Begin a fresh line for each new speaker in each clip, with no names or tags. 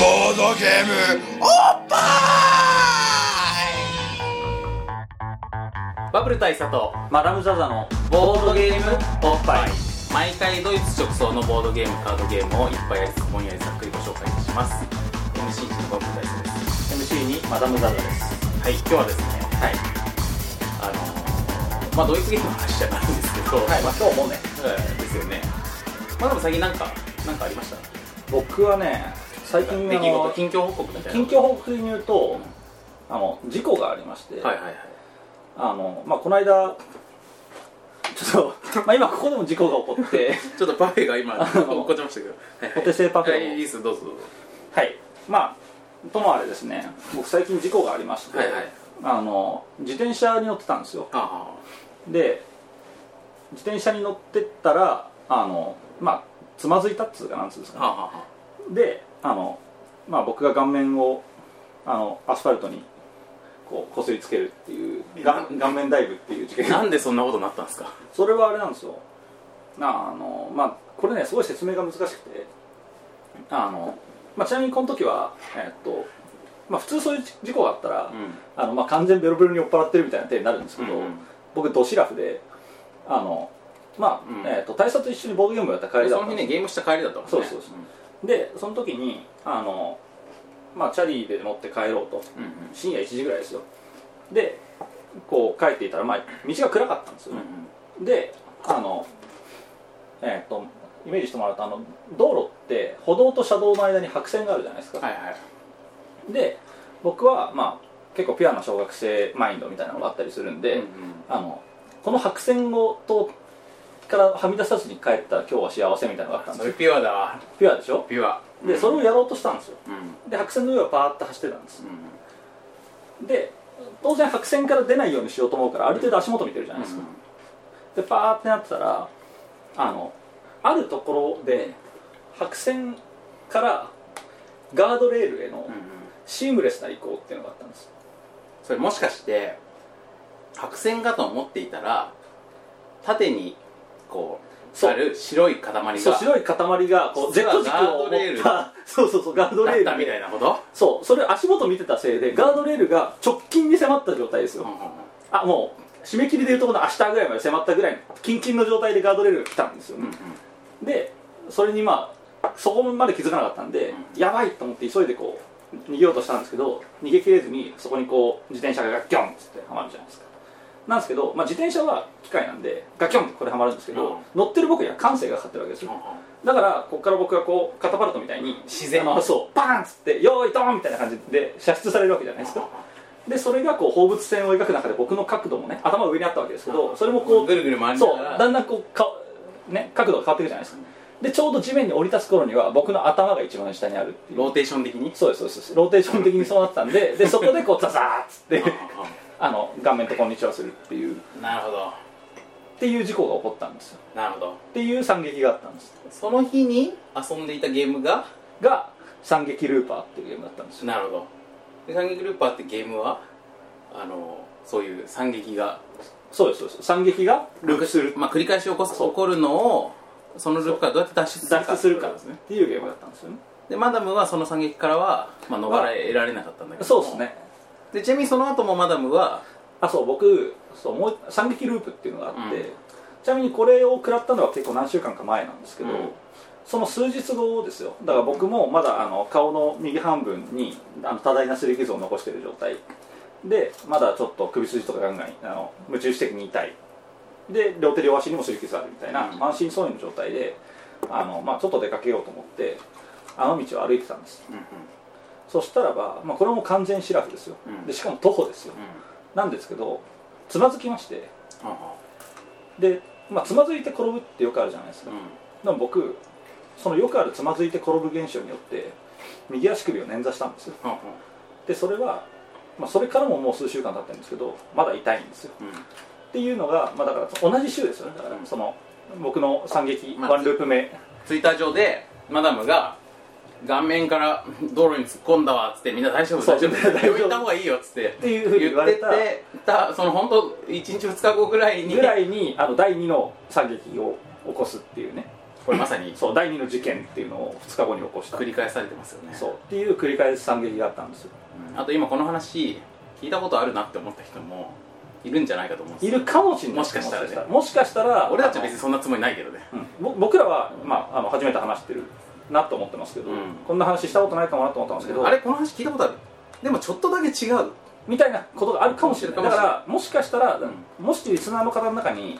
ボードゲームおっぱ
バブル大佐と
マダム・ザ・ザの
ボードゲームおっぱい毎回ドイツ直送のボードゲームカードゲームをいっぱいやりつつぼんやりざっくりご紹介いたします MC1 のバブル大佐です
MC にマダム・ザ・ザです
はい今日はですねはいあのーまあドイツゲームの話じゃないんですけど、ま
まあ今日もね
あうんですよねまあでも最近なんかなんかありました
僕はね最近
出
あ
来事
の
近況報告みたいな
近況報告に言うとあの事故がありまして、
はいはいはい
あのまあこの間ちょっと、まあ、今ここでも事故が起こって
ちょっとパフェが今落っこっちましたけどはいはい
お手製パフェを
はいいいですどうぞどうぞ
はいまあともあれですね僕最近事故がありまして、
はいはい
あの自転車に乗ってたんですよ
あ
で自転車に乗ってったらあのまあつまずいたっつうかなんつうんです
あ
かね
はあはあ
であの、まあ、僕が顔面をあのアスファルトにこうこすりつけるっていうがん顔面ダイブっていう事 件
なんでそんなことになったんですか
それはあれなんですよなああのまあこれねすごい説明が難しくてあの、まあ、ちなみにこの時はえっとまあ普通そういう事故があったら、
う
あのまあ、完全ベロベロに酔っ払ってるみたいな手になるんですけど、
うんうん
僕ドシラフであのまあ、
うん
えっと大佐と一緒にボードゲームをやった帰りだ
そ
った
の日
んです
ねゲームした帰りだったもんね
そうそうそうでその時にあのまあチャリで乗って帰ろうと
うんうん
深夜1時ぐらいですよでこう帰っていたらまあ道が暗かったんですよ
うん
ね、であのえっ、とイメージしてもらうとあの道路って歩道と車道の間に白線があるじゃないです
う
か、
んはいはい
で僕はまあ結構ピュアな小学生マインドみたいなのがあったりするん
う
で、
んうん
あのこの白線をとからはみ出さずに帰ったら今日は幸せみたいなのがあったんで
そ
す
れ
よ
ピュアだわ
ピュアでしょ
ピュア
でそれをやろうとしたんですよ
うんうん
で白線の上をパーッと走ってたんですで当然白線から出ないようにしようと思うからある程度足元見てるじゃないですか、でパーッてなってたらあのあるところで白線からガードレールへの
うんうん
シームレスな移行っていうのがあったんです
それもしかして白線かと思っていたら縦にこう
そう
ある白い塊が
そう
だ
白い塊がこう
実
Z
は
軸を
ガードレー
持
ル
ったそうそうそうガードレール
ったみたいなこと
そうそれ足元見てたせいでガードレールが直近に迫った状態ですよ、
うんうんうん
あもう締め切りでいうとこの明日ぐらいまで迫ったぐらいのキンキンの状態でガードレールが来たんですよね、でそれにまあそこまで気づかなかったんで、やばいと思って急いでこう逃げようとしたんですけど逃げ切れずにそこにこう自転車がガッキョンっつってはまるじゃないですかなんですけど、まあ、自転車は機械なんでガッキョンってこれはまるんですけど、
うん
乗ってる僕には感性がかかってるわけですよ、だからここから僕がこうカタパルトみたいに
自然に
あのそうバーンっつってよーいドーンみたいな感じで射出されるわけじゃないですかでそれがこう放物線を描く中で僕の角度もね頭が上にあったわけですけどそれもこう
ぐるぐる回りな
そ
がら
うだんだんこうか、ね、角度が変わっていくじゃないですかでちょうど地面に降り立つ頃には僕の頭が一番下にあるっていう
ローテーション的に
そうですそうですローテーション的にそうなってたんででそこでこうザザーっつって
うんうん
あの顔面とこんにちはするっていうっ
うんなるほど
ていう事故が起こったんですよ
なるほど
っていう惨劇があったんです
その日に遊んでいたゲームが
が惨劇ルーパーっていうゲームだったんですよ
なるほどで惨劇ルーパーってゲームはあのそういう惨劇が
そうですそうです惨劇がループする
まあ、繰り返し起こす
そう
起こるのをそのループからどうやって脱出するか
脱出するか
っ
って
ことですね
ていうゲームだったんですよね
でマダムはその惨劇からは、まあ、逃れられなかったんだけど
そうですね
でちなみにその後もマダムは
あそう僕そうもう惨劇ループっていうのがあって、
うん
ちなみにこれを食らったのは結構何週間か前なんですけど、
うん
その数日後ですよだから僕もまだあの顔の右半分にあの多大な擦り傷を残してる状態でまだちょっと首筋とかガンガンあの無中止的に痛いで両手両足にも擦り傷あるみたいな
うん
満身創痍の状態であの、まあ、ちょっと出かけようと思ってあの道を歩いてたんです
うんうん
そしたらば、まあ、これも完全シラフですよ
うん
でしかも徒歩ですよ
うん
なんですけどつまずきまして
は
で、まあ、つまずいて転ぶってよくあるじゃないです
あ
か、
は
でも僕そのよくあるつまずいて転ぶ現象によって右足首を捻挫したんですよ
あうんはあは
でそれは、まあ、それからももう数週間経ってるんですけどまだ痛いんですよ
あうん
っていうのが、まあ、だから同じ週ですよねだから
うん
その僕の惨劇
まあ
ワンループ目、
ツイッター上でマダムが顔面から道路に突っ込んだわっつってみんな大丈夫
そう
大丈夫
大丈夫
病院行った方がいいよっつって
ていうふうに言われた
言っててたその本当1日2日後ぐらいに
ぐらいにあの第2の惨劇を起こすっていうね
これまさに
そう第2の事件っていうのを2日後に起こした
繰り返されてますよね
そうっていう繰り返す惨劇があったんですよ
あと今この話聞いたことあるなって思った人もいるんじゃないかと思うんです
い
よ
るかもしれない
もしかしたらね
もしかしたら
俺たちは別にそんなつもりないけどね
うんぼ僕らは、まあ、あの初めて話してるなと思ってますけど、
うん
こんな話したことないかもなと思ったんですけど
あれこの話聞いたことあるでもちょっとだけ違う、
みたいなことがあるかもしれない
かもし
だ
れない
からもしかしたら、もしリスナーの方の中に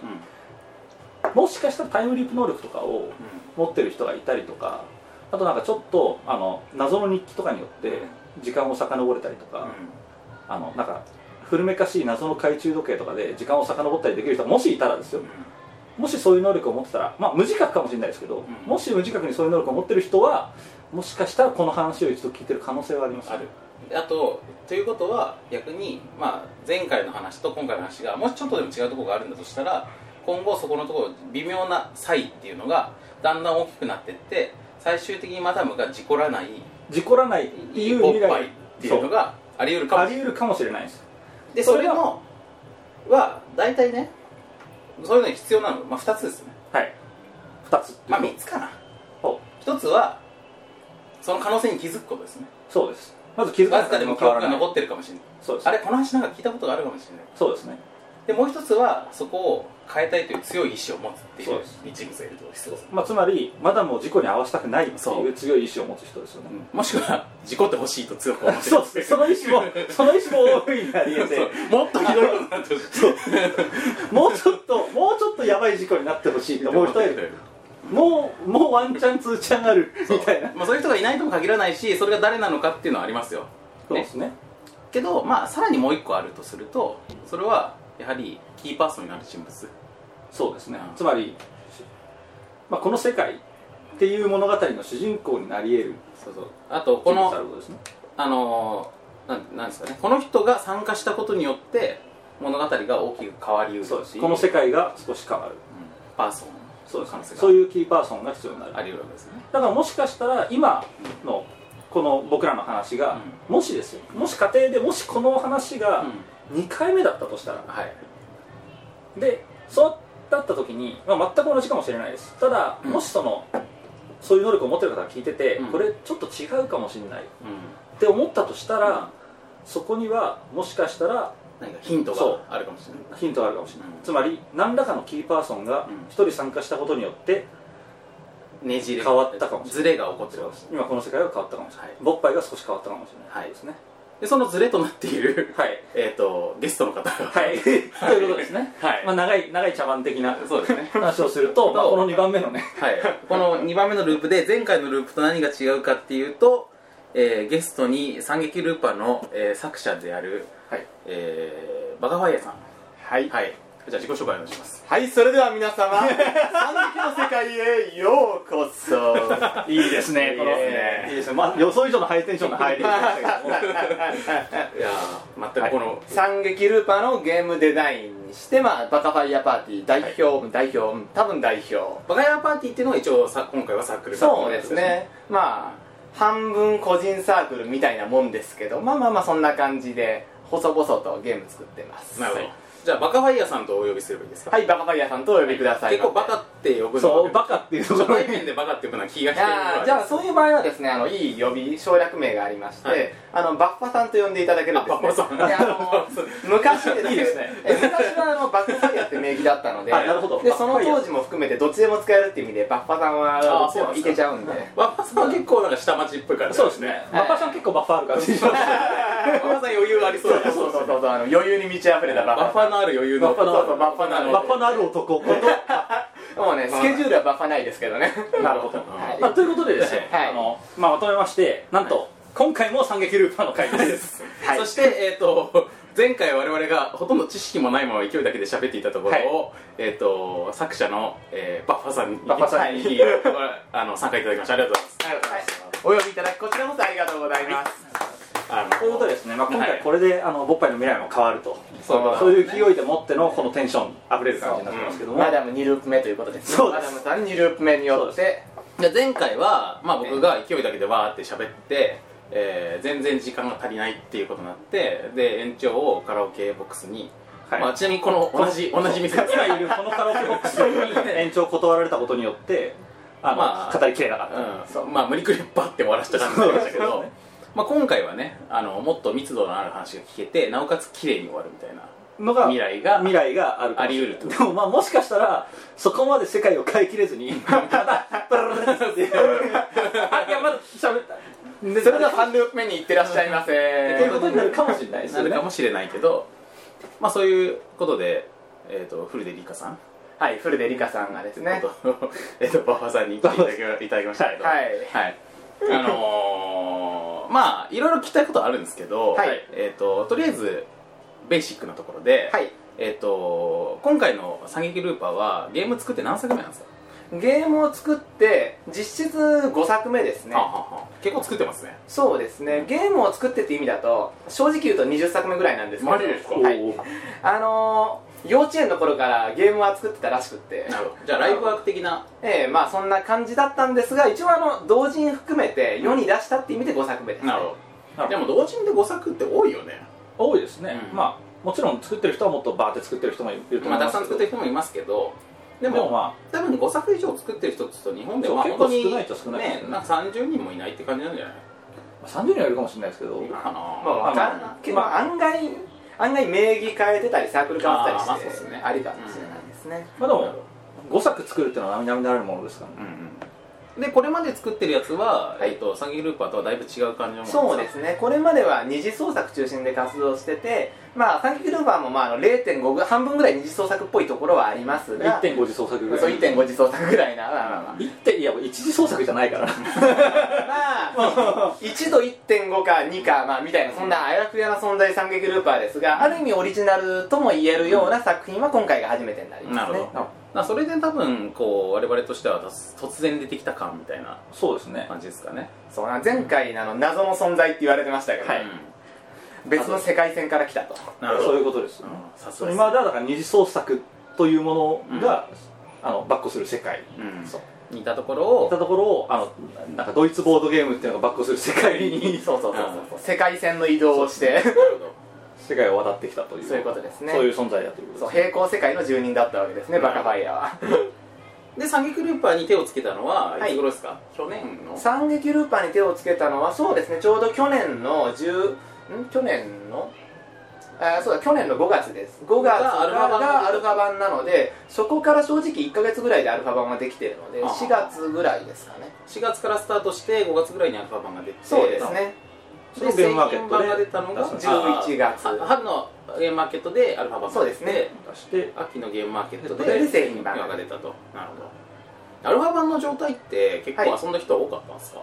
もしかしたらタイムリープ能力とかを持ってる人がいたりとかあとなんかちょっとあの謎の日記とかによって時間を遡れたりとか、あのなんか古めかしい謎の懐中時計とかで時間を遡ったりできる人がもしいたらですよもしそういう能力を持ってたら、まあ、無自覚かもしれないですけど、
ん
もし無自覚にそういう能力を持ってる人はもしかしたらこの話を一度聞いてる可能性はあります
あるであとということは逆に、まあ、前回の話と今回の話がもしちょっとでも違うところがあるんだとしたら今後そこのところ微妙な差異っていうのがだんだん大きくなってって最終的にマダムが事故らない
事故らないって
い
い
いうお
未
っぱい
来
っていうのがあり得るか
あ
も
り得るかもしれないです
で
そ
そ
れ
れ
が
もは大体ねそういうのに必要なの、まあ、2つですね
はい2つってい
ま
う
あ
の
3つかな
そう
1つはその可能性に気づくことですね
そうですまず気づか
わ
な
ず
く
か
て
で
も
も記
変わ
憶
ら
が
ない
残ってるかもしれない
そうです
あれこの話なんか聞いたことがあるかもしれない
そうですね
でもう一つはそこを変えたいという強い意志を持つってい
そう
う
です
一部がいると必要です
まあ、つまりマダムを事故に遭わせたくないって
そ
いう
う
強い意志を持つ人ですよね、
もしくは事故ってほしいと強く思ってる
そうですねその意志もその意志も大いにあり
そ
得
う
て
もっとひどいことになってほしい
もうちょっともうちょっとやばい事故になってほしいと思う人がいるもうもうワンチャンツーチャンあるみたいな
まあ、そういう人がいないとも限らないしそれが誰なのかっていうのはありますよ
そうですね
けど、まあ、さらにもう一個あるとするとそれはやはりキーパーソンになる人物
そうですねつまり、まあ、この世界っていう物語の主人公になり得る
そうそうあとこの
人物あることですね
あのーなんなんですかねこの人が参加したことによって物語が大きく変わりうる
そうで
って
す
いう
この世界が少し変わる
パーソン
そうです
可
ね
能性が
そういうキーパーソンが必要になる
あり得るわけですね
だからもしかしたら今のこの僕らの話が、もしですよもし家庭でもしこの話が2回目だったとしたら、
はい
でそうだった時に、まあ、全く同じかもしれないですただ、
うん
もしそのそういう能力を持ってる方が聞いてて、
うん
これちょっと違うかもしれないっ
うん
て思ったとしたら、そこにはもしかしたら
何かヒント
そう
があるかもしれない
ヒントがあるかもしれない、
うん
つまり何らかのキーパーソンが
うん
1人参加したことによって、
ねじれ
変わったかもしれ
ずれが起こってるかもしれない
今この世界が変わったかもしれない、
はい
勃発が少し変わったかもしれない、
はい
ですね
でそのずれとなっている
はい
えっとゲストの方が
はい ということですね、
はい
まあ、長い長い茶番的な
そうですね
話をすると、まあ、
そう
この2番目のね
はいこの2番目のループで前回のループと何が違うかっていうと、えーゲストに「惨劇ルーパーの」えー作者である、
はい
えーバカファイヤーさん
はい、
はいじゃあ自己紹介お願いします
はい、それでは皆様三撃の世界へようこ そ
いいですね、この。
いいですね
いいですね。まあ、予想以上のハイテンションの入りでしたけ ども。
いやー全くこの、
三撃ルーパーのゲームデザインにして、まあ、バカファイヤーパーティー代表、うん代表、うん多分代表
バカヤーパーティーっていうのが一応さ今回はサークル
そうですねまあ半分個人サークルみたいなもんですけどまあまあまあそんな感じで細々とゲーム作ってます
なるほど、じゃあバカファイヤーさんとお呼びすればいいですか
はいバカファイヤーさんとお呼びください
結構バカって呼ぶの
そう、バカっていうの
初
が
対面でバカって呼ぶのは気が
い
してる
やーじゃあそういう場合はですねあのいい呼び省略名がありまして、
はい
あのバッファさんと呼んでいただけるんです、ね、
あバッファさん
であの 昔ですね
いいですね
え昔はあのバッファイヤーって名義だったので
あなるほど
で
バッフ
そ
ァイヤ
の
ー
当時も含めてどっちでも使えるっていう意味でバッファさんは
あ
ど
ー
っちで
そうなんで
も
す
い
か
けちゃうんで
バッファさんは結構なんか下町っぽいから
そうですね。
はい
バカさん結構バッファあるから。
バッファさん余裕ありそうだね
そうそうそうそうあの余裕に満ち溢れた
バッ
バッ
フ
ファ
ァのある余裕の
バッファのある、
バッファのある
バッファのあ る男こと。
もうねスケジュールはバッファないですけどねなるほど、
まあ
は
ということでですね、
はい
あの、まあ、まとめまして、なんと、今回も惨劇ルーパーの回 です。
い
そしてえっ、と前回我々がほとんど知識もないまま勢いだけで喋っていたところを、えっ、と作者の、えーバッファさんに
バッファさんに
はいあの参加いただきましてありがとうござい
いはいお呼びいただきこちらこそありがとうございます
ますあの
ということでですね、まあ、今
は
回
い
これで、あの、ボッパイの未来も変わると。
そうだ
そういう勢いでもっての、このテンション溢れる感じになってますけども。
マダム2ループ目ということですね
そうです
マダムさん2ループ目によって
じゃあ前回は、まあ、僕が勢いだけでわーって喋って、えー全然時間が足りないっていうことになってで延長をカラオケボックスに、
はい
まあ、ちなみにこの同じ同じ店です
今いるこのカラオケボックスに延長断られたことによってあの、
まあ
語りきれなかった、
うんそうまあ無理くりバッて終わらせた感じになりましたけど、まあ、今回はねあのもっと密度のある話が聞けてなおかつ綺麗に終わるみたいな
のが
未来が
未来があるかもしれ
あ
ない
り得る
でもまあもしかしたらそこまで世界を変えきれずにただブルルルルってあいやまだ喋ったで
それでは3ループ目に行ってらっしゃいませ
っていうことになるかもしれないです
な
よね
るかもしれないけど、まあ、そういうことで、えー、と古出リカさん
はい古出リカさんがですね
と えっと馬場さんに来ていただきいただきましたけど
はい
はいあのー、 まあいろいろ聞きたいことあるんですけど、
はい
えー、ととりあえずベーシックなところで、
はい
えー、と今回の「三撃ルーパー」はゲーム作って何作目なんですか、
ゲームを作って実質5作目ですね
あはは結構作ってますね
そうですねゲームを作ってって意味だと正直言うと20作目ぐらいなんですけど
マジですか
お
はい、
ー
あのー、幼稚園の頃からゲームは作ってたらしくって
なるほどじゃあライフワーク的な
ええまあそんな感じだったんですが一応あの同人含めて世に出したって意味で5作目です、
なるほど
なる
で
ほ
も同時にで5作って多いよね
ど多いですね、
うん
まあもちろん作ってる人はもっとバーって作ってる人もいると思い
まあ
ま
たく
すけど、
さん作ってる人もいますけどで
で
も
もま
多分5作以上作ってる人って言うと日本では
そう
本当に
結構少ないっちゃ少ないです
ね
よね
なんか30人もいないって感じなんじゃない
あ30人はいるかもしれないですけど
いるかな
まあわかん
まあ
けど、
まあ
案外案外名義変えてたりサークル変わってたりして
あーまあそうですね
ありかもしれないですね、
まあでも5作作るっていうのは並々ならぬものですからね
うんでこれまで作ってるやつは、
はい
えっと詐欺ルーパーとはだいぶ違う感じのもの
そうですねこれまでは二次創作中心で活動しててまあ三キルーバーもまああの0.5ぐ半分ぐらい二次創作っぽいところはありますが
1.5次創作ぐらい
そう1.5次創作ぐらいなまあまあまあ
1点いや一次創作じゃないから
まあ、1度1.5か2か、まあ、みたいな、そんなあやふやな存在、三撃ルーパーですが、ある意味オリジナルとも言えるような作品は今回が初めてになりま
な
す
る
ね。
ほどまあそれで多分こう我々としては突突然出てきた感みたいな
そうですね
感じですかね、
そうな前回のあの謎の存在って言われてましたけど、
はい
うん
別の世界線から来たと。
なるほ
そう
ど
いうことです、
うんさす
そ
が
れ
です
まではだから二次創作というものが、あのバックする世界
うん
そう
似たところ
いった
を
ところをあのなんかドイツボードゲームっていうのがバックする世界 に
そうそうそうそう、世界線の移動をして、
なるほど
世界を渡ってきたという
そういうことですね
そういう存在だということ
そう
ですね
平行世界の住人だったわけですね、バカファイヤーは。
で詐欺ルーパーに手をつけたのは
はい
いつ頃ですか、去年の
三撃ルーパーに手をつけたのはそうですねちょうど去年の10ん去年のあーそうだ去年の5月です5月
がアルファ版
が
が
ア
出
ル
た
ファ版なのでそこから正直1か月ぐらいでアルファ版ができているので
あー
4月ぐらいですかね
4月からスタートして5月ぐらいにアルファ版が出て
そうですね
そのゲームマーケ
で
ッ
版が
ト
出
で
たのが
そう
11月
あ春のゲームマーケットでアルファ版
そ
が
う
出
で
て
すね
出して
秋のゲームマーケット
で
で
製品版
が出たとなるほどアルファ版の状態って結
は
構
い
遊んだ人は多かったんですか、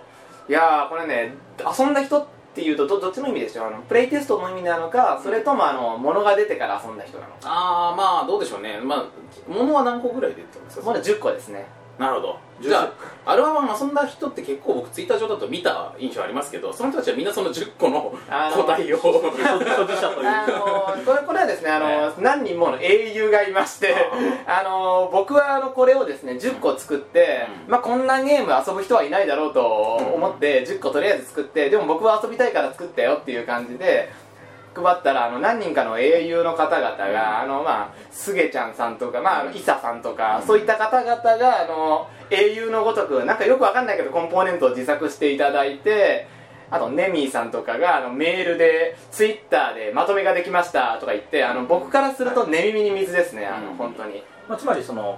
いやーこれね遊んだ人っていうとどどっちの意味でしょうあのプレイテストの意味なのかそれともあの物が出てから遊んだ人なのか
ああまあどうでしょうねまあ物は何個ぐらい出てたんですか
まだ10個ですね
なるほど
10
じゃあアルファ版遊んだ人って結構僕ツイッター上だと見た印象ありますけどその人たちはみんなその10個の
あの
個体を
所持所持者という
あのーこれこれはですね、あのー何人もの英雄がいまして、あのー僕はあのこれをですね10個作って、
う
まあ、こんなゲーム遊ぶ人はいないだろうと思って、10個とりあえず作ってでも僕は遊びたいから作ったよっていう感じで配ったらあの何人かの英雄の方々が、
うん
あのまあスゲちゃんさんとか、まああの、
うん
イサさんとか、
うん
そういった方々があの英雄のごとくなんかよくわかんないけどコンポーネントを自作していただいてあとネミーさんとかがあのメールでツイッターでまとめができましたとか言ってあの僕からすると寝耳に水ですねあの
うん
本当に
まあ、つまりその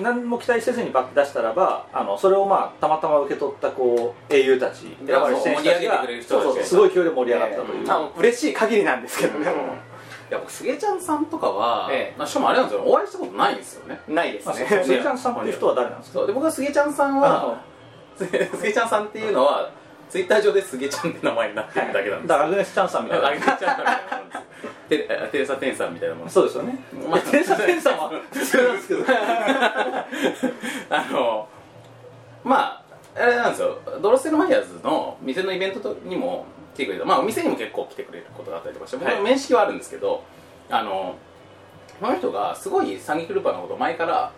何も期待せずにバッて出したらばあのそれをまあたまたま受け取ったこう英雄たち選ばれし選
盛
手たち
り上げて
が
くれる人たちが
そうそうすごい勢いで盛り上がったという、
ええあの嬉しい限りなんですけどね も
いや僕すげちゃんさんとかは、
ええ
まあしかもあれなんですよお会いしたことないんですよね
うないです
まあ、そ
ね
うそうスギちゃんさんっていう人は誰なんですか
そうで僕はすげちゃんさんはすげちゃんさんっていうのはツイッター上ですげちゃんって名前になってるだけなんです
だからアグネス・チャンさんみたい
あげ
な
ちゃんみたいなもんですテレあテレサ・テンさんみたいなもんです
そうですよね
まあ
テレサ・テンさんは普通なんですけど
あのまああれなんですよドロッセルマイヤーズの店のイベントにも来てくれたまあお店にも結構来てくれることがあったりとかして僕
は
の
い
面識はあるんですけど、あのこの人がすごいサンギクルーパーのことを前から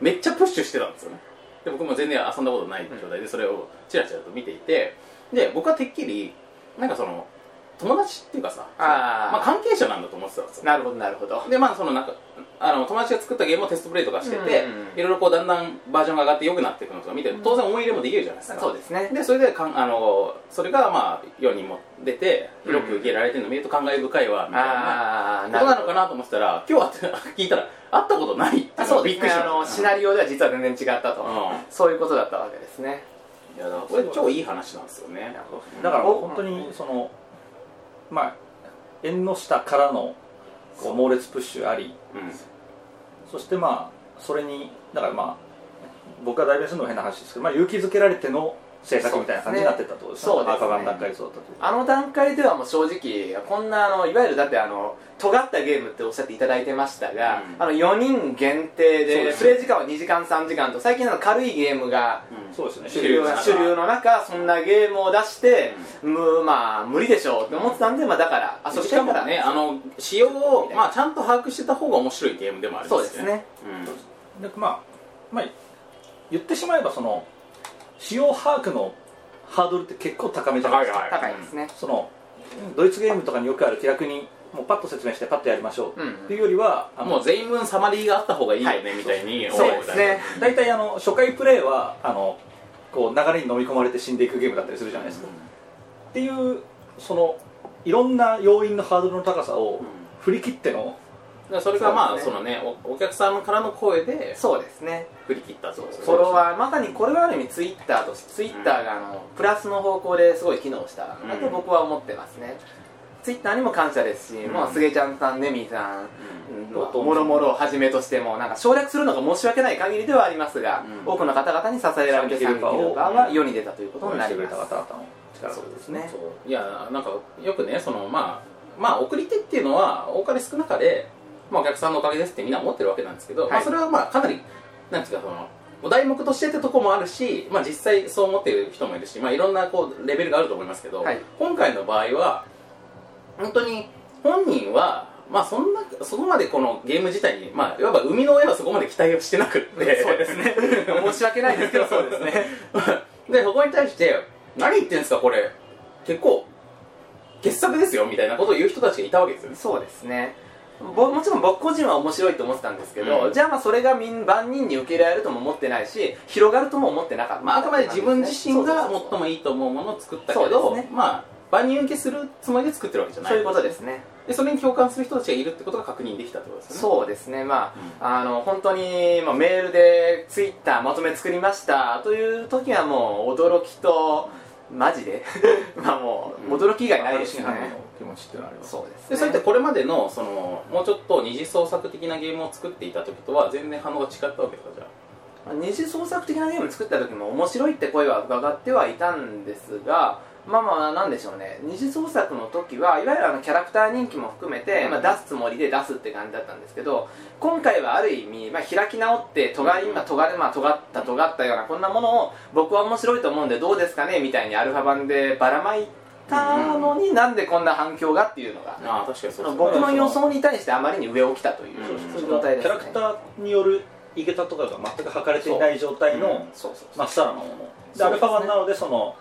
めっちゃプッシュしてたんですよねで僕も全然遊んだことない状態でそれをチラチラと見ていてで僕はてっきりなんかその友達っていうかさ
あー
まあ、関係者なんだと思ってたわけさ
なるほどなるほど
でまあそのなんかあの友達が作ったゲームをテストプレイとかしてて、
うん
いろいろこうだんだんバージョンが上がって良くなっていくのとか見て当然思い入れもできるじゃないですか、
そうですね
でそれでかんあのそれがまあ世にも出て広く受け入れられてるのを見ると感慨深いわみたいな
ああ
ことなのかなと思ってたら今日会って聞いたら会ったことないっていう
あ
の
そ
が
う
び
で
っ
す
くりし
ねあ
た
のシナリオでは実は全然違ったと、
うん
そういうことだったわけですね
いやだからこれ超いい話なんですよね
だから本当にそのまあ縁の下からのこう猛烈プッシュあり
うん
そしてまあそれにだからまあ僕が代弁するのも変な話ですけど、まあ、勇気づけられての制作みたいな感じになってったってことですね
そうですね
赤版段階でそうだったという
あの段階ではもう正直こんなあのいわゆるだってあの尖ったゲームっておっしゃっていただいてましたが、
うん
あの4人限定
そう
で
です
プレイ時間は2時間3時間と最近の軽いゲームが
うん
そうですね
主流
の中
主流の中そんなゲームを出して、むまあ無理でしょうって思ってたんで、まあ、だから遊び
したか
いか
も
ら
ね、あの仕様を、まあ、ちゃんと把握してた方が面白いゲームでもあるん
そうですね
うん
でまあ、まあ、言ってしまえばその使用把握のハードルって結構高めじゃないですか、
はい
高いですね
そのドイツゲームとかによくある気楽にもうパッと説明してパッとやりましょう、
うん
っていうよりはあの
もう全員分サマリーがあった方がいいよね、
はい
みたいに思
そううですね
大体あの初回プレイはあのこう流れに飲み込まれて死んでいくゲームだったりするじゃないですか、っていうそのいろんな要因のハードルの高さを振り切っての、
だからそれがまあそ
そ
う
で
のねおお客さんからの声で
そうですね
振り切ったそう
フォロワーまさにこれはある意味ツイッターとツイッターがあのプラスの方向ですごい機能したなと僕は思ってますね、ツイッターにも感謝ですし、
うん
もうすげちゃんさんねみーさん、うん
どうぞ
もろもろをはじめとしてもなんか省略するのが申し訳ない限りではありますが、
うん
多くの方々に支えられ
賛否
てサンキ
ルパを
ルパーが世に出たということ
応援
に
し
な
て
り
くれ
ま
た
す
方々の力
そうですね
そういやなんかよくねそのまあまあ送り手っていうのは多かれ少なかれ、まあ、お客さんのおかげですってみんな思ってるわけなんですけど、
はい
まあ、それはまあかなりなんていうかそのお題目としてってとこもあるし、まあ、実際そう思ってる人もいるし、まあ、いろんなこうレベルがあると思いますけど、
はい
今回の場合は本当に本人は、まあ、そんなそこまでこのゲーム自体に、まあ、いわば生みの親はそこまで期待をしてなくって
そうですね申し訳ないですけどそうですね
でそこに対して「何言ってんすかこれ結構傑作ですよ」みたいなことを言う人たちがいたわけですよね
そうですねぼもちろん僕個人は面白いと思ってたんですけど、
うん
じゃあまあそれがみん万人に受け入れられるとも思ってないし広がるとも思ってなかった、
まあ、あくまで自分自身が
そうそう
最もいいと思うものを作ったけ
そ
ど、
うですね
まあ万人受けするつもりで作ってるわけじゃ
そう
ない
そういうことですね
でそれに共感する人たちがいるってことが確認できたってことですよね
そうですねまあ、あの本当に、まあ、メールでツイッターまとめ作りましたという時はもう驚きとマジで まあもう驚き以外ないですね、
半分の気持ちっていうのはあります
そうですね
でそういったこれまでのそのもうちょっと二次創作的なゲームを作っていた時とは全然反応が違ったわけですかじゃあ
二次創作的なゲーム作った時も面白いって声は伺ってはいたんですがまあまあなんでしょうね二次創作の時はいわゆるあのキャラクター人気も含めて、まあ、出すつもりで出すって感じだったんですけど今回はある意味、まあ、開き直って尖り、まあ、尖るまあ尖った尖ったようなこんなものを僕は面白いと思うんでどうですかねみたいにアルファ版でばらまいたのに、なんでこんな反響がっていうのが、
ああ確かにそうですね
僕の予想に対してあまりに上を来たという、
うん
そうい
そ
う状
のキ
態で
ャ
すね
ラクターによるいけたとかが全く測れていない状態の、
そうそう
まっさらなもの
そ
で
うですね
アルファ版なのでその、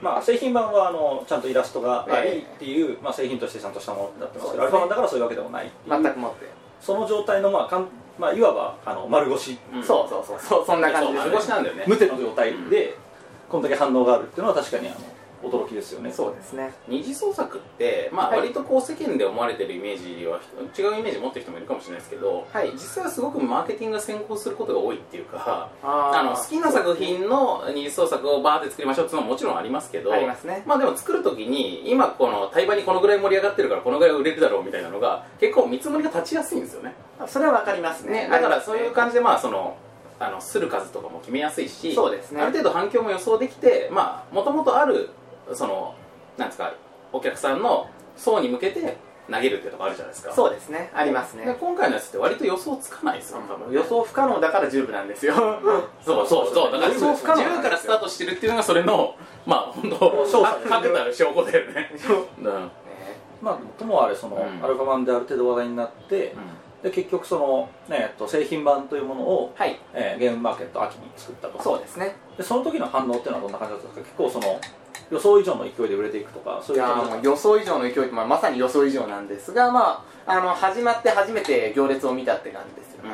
まあ、製品版はあのちゃんとイラストがあり
ええ
っていう、まあ、製品としてちゃんとしたものだったんですけど
そうですね
アルファ版だからそういうわけでもないっていう
全くもって、
その状態の、まあかんまあ、いわばあの丸腰
うん
そうそうそうそうそんな感じです
そう丸腰なんだよね
無手の状態で、こんだけ反応があるっていうのは確かにあの驚きですよね
そうですね
二次創作って、まあ、
はい
割とこう世間で思われてるイメージは違うイメージ持ってる人もいるかもしれないですけど、
はい
実際はすごくマーケティングが先行することが多いっていうか
あー
あの好きな作品の二次創作をバーって作りましょうっていうのももちろんありますけど
ありますね
まあ、でも作る時に今この対話にこのぐらい盛り上がってるからこのぐらい売れるだろうみたいなのが結構見積もりが立ちやすいんですよね
それはわかりますね
ねだからそういう感じでまあそのあのする数とかも決めやすいし
そうですね
ある程度反響も予想できてまあもともとあるそのなんですかお客さんの層に向けて投げるってとこあるじゃないですか
そうですねあります
で
ね
今回のやつって割と予想つかないですよ多分
予想不可能だから十分なんです よ
そうそうそうだから
予想不可能
自由からスタートしてるっていうのがそれのまあ本当
そう
か確たる証拠だよねうん
まあ、ともあれその、
うん
アルファ版である程度話題になって、で結局その、ねえっと、製品版というものを、
はい
えーゲームマーケット秋に作ったと
そうですね
でその時の反応っていうのはどんな感じだったんですか結構その予想以上の勢いで売れていくとかそう
い
いう
や
こと
ーもう予想以上の勢いって、まあ、まさに予想以上なんですが、まあ、あの始まって初めて行列を見たって感じですよね、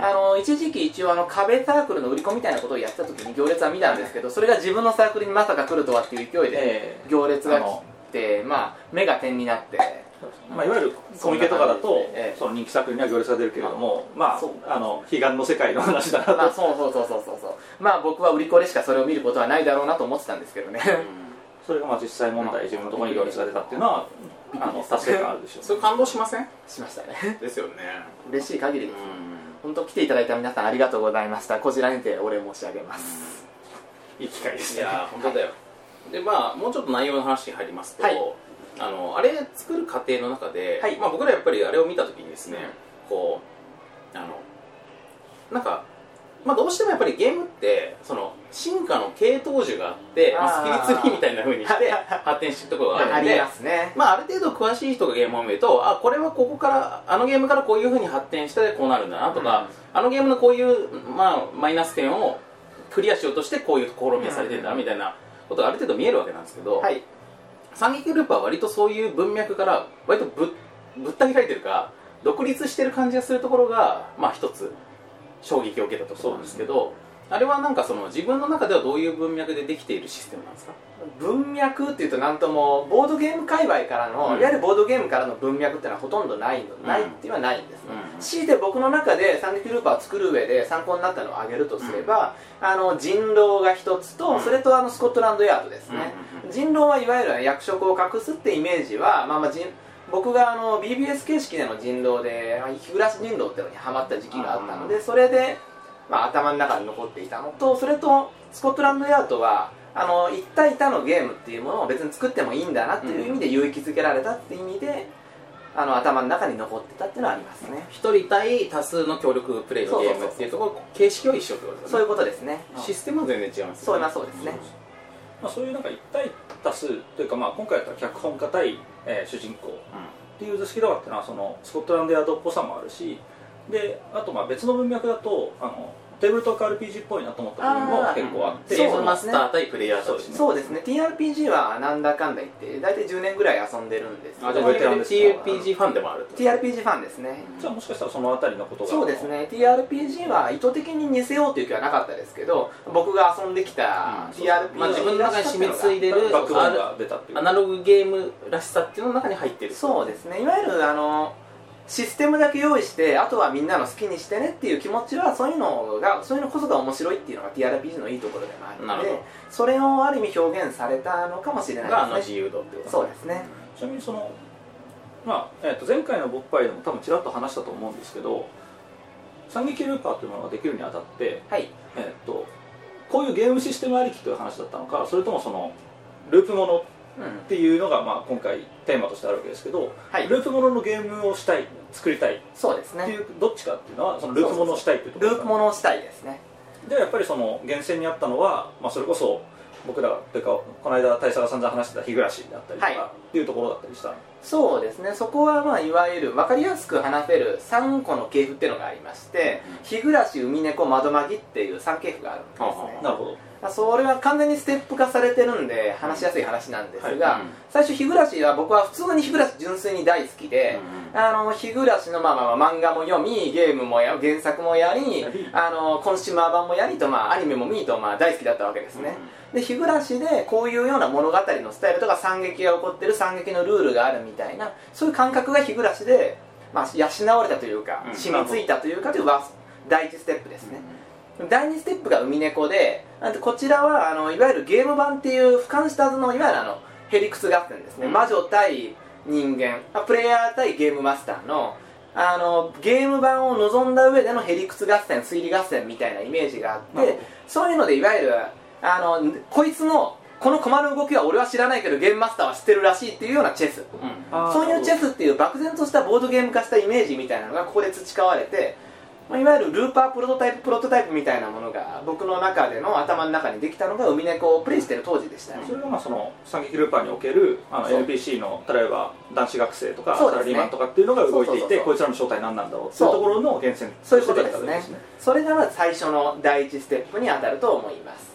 あの一時期一応あの壁サークルの売り子みたいなことをやってた時に行列は見たんですけどそれが自分のサークルにまさか来るとはっていう勢いで
ええ
行列が来て、まあ、目が点になって
まあ、いわゆるコミケとかだとそ、
ええ
の人気作品には行列が出るけれども、まあ
そう、
あの悲願の世界の話だなと、
まあそうそうそうそうそうそうまあ僕は売り子でしかそれを見ることはないだろうなと思ってたんです けどね
それがまあ実際問題、自分のところに行列が出たっていうのは、あの達成感あるでしょう、
それ感動しません
しましたね
ですよね
嬉しい限り
う
です
ん
本当来ていただいた皆さんありがとうございましたこちらにてお礼申し上げます
いい機会で
い
すね。
やー本当だよでまあもうちょっと内容の話に入りますと、
はい
あのあれ作る過程の中で、
はい
まあ、僕らやっぱりあれを見た時にですね、こうあのなんかまあどうしてもやっぱりゲームってその進化の系統樹があってまあ
あー
スキリツリーみたいな風にして発展していくところが
あ
あるん
り
で
ますね
まあ、ある程度詳しい人がゲームを見るとあこれはここからあのゲームからこういうふうに発展してこうなるんだなとか、あのゲームのこういう、まあ、マイナス点をクリアしようとしてこういう試みがされてるんだなみたいなことがある程度見えるわけなんですけど、
はい
三撃ループは割とそういう文脈から割とぶぶった切られてるか独立してる感じがするところがまあ一つ衝撃を受けたところなんですけど、あれはなんかその自分の中ではどういう文脈でできているシステムなんですか
文脈っていうとなんともボードゲーム界隈からの、
うん
いわゆるボードゲームからの文脈っていうのはほとんどないの、
ん
ないっていうのはないんですね、
うん
強いて僕の中で三撃ルーパーを作る上で参考になったのを挙げるとすれば、あの人狼が一つと、
うん
それとあのスコットランドヤードですね、
うん
人狼はいわゆる役職を隠すってイメージは、まあ、まあ人僕があの BBS 形式での人狼であの日暮らし人狼っていうのにハマった時期があったので、それで、まあ、頭の中に残っていたのとそれとスコットランドヤードはあの一対一のゲームっていうものを別に作ってもいいんだなっていう意味で有益づけられたっていう意味で、あの頭の中に残ってたっていうのはありますね、
一人対多数の協力プレイのゲームっていうところ形式は一緒ってことです
そう
よ
い
ね
うことですね
システムは全然違います
そうまあそうですね
まあ、そういうなんか一体多数というか、まあ、今回やったら脚本家対、えー主人公っていう図式だわっていうのはそのスコットランドヤードっぽさもあるしであとまあ別の文脈だとあのテーブルトーク RPG っぽいなと思った部分も
あー
結構あって
で
そ
ゲ
う
ー
です
ム
ね
マスター対プレイヤー
そう
と
ですね
そうですね TRPG はなんだかんだ言って大体10年ぐらい遊んでるんですけど
あじゃあ
ベテランですね
TRPG ファンでもある
TRPG ファンですね
じゃあもしかしたらその辺りのことが
そうですね TRPG は意図的に似せようという気はなかったですけど僕が遊んできた
うん
TRPG
まあ自分の中に染み付いてる
バックボーンが出たっていう
アナログゲームらしさっていうのの中に入ってる
そうですねいわゆるあのシステムだけ用意してあとはみんなの好きにしてねっていう気持ちはそういうのがそういうのこそが面白いっていうのが TRPG のいいところでもある
な
の
るほ
で
ど
それをある意味表現されたのかもしれ
があ
ない
の
です
自
ね
由度ってこと
そうですね
ちなみにその、まあえー、と前回の僕会でも多分ちらっと話したと思うんですけど三撃ルーパーというものができるにあたって、
はい
えー、とこういうゲームシステムありきという話だったのかそれともそのループもの
うん
っていうのが、まあ、今回テーマとしてあるわけですけど、
はい
ループもののゲームをしたい作りたいっ
そうです
て
ね
いうどっちかっていうのはそのループものをしたいっていうとこ
ル
ろ
ープものをしたいですね
でやっぱりその源泉にあったのは、まあ、それこそ僕らというかこの間大佐が散々話してた日暮らしだったりとか、
はい
っていうところだったりしたの
そうですねそこはまあいわゆる分かりやすく話せる3個の系譜っていうのがありまして日暮らし海猫窓まぎっていう3系譜があるんですね
はあはあ
なるほど
まあそれは完全にステップ化されてるんで話しやすい話なんですが、
はいうん
最初日暮らしは僕は普通に日暮らし純粋に大好きで、あの日暮らしのまあまあまあ漫画も読みゲームもや原作もやりあのコンシューマー版もやりと、まあ、アニメも見と、まあ、大好きだったわけですね、で日暮らしでこういうような物語のスタイルとか惨劇が起こってる惨劇のルールがあるみたいなそういう感覚が日暮らしで、まあ、養われたというか
うん
染みついたというかというわ第一ステップですね、第2ステップが海猫であとこちらはあのいわゆるゲーム版っていう俯瞰したはずのいわゆるあのヘリクス合戦ですね、
うん
魔女対人間あプレイヤー対ゲームマスターのあのゲーム版を望んだ上でのヘリクス合戦推理合戦みたいなイメージがあって、
なるほど
そういうのでいわゆるあのこいつのこの駒の動きは俺は知らないけどゲームマスターは知ってるらしいっていうようなチェス
うん
そういうチェ
ス
スっていう漠然としたボードゲーム化したイメージみたいなのがここで培われて、まあ、いわゆるルーパープロトタイププロトタイプみたいなものが僕の中での頭の中にできたのが海猫をプレイしてる当時でしたね、
それがまあその三撃ルーパーにおけるあの
そう
LPC の例えば男子学生とか
そう
サ
です
ラリ
ね
ーマンとかっていうのが動いてい
そうそうそう
て
そう
こいつらの正体何なんだろうっていうところの源泉
そういうことで
とし
す
て出たわ
ね
け
それがまず最初の第一ステップに当たると思います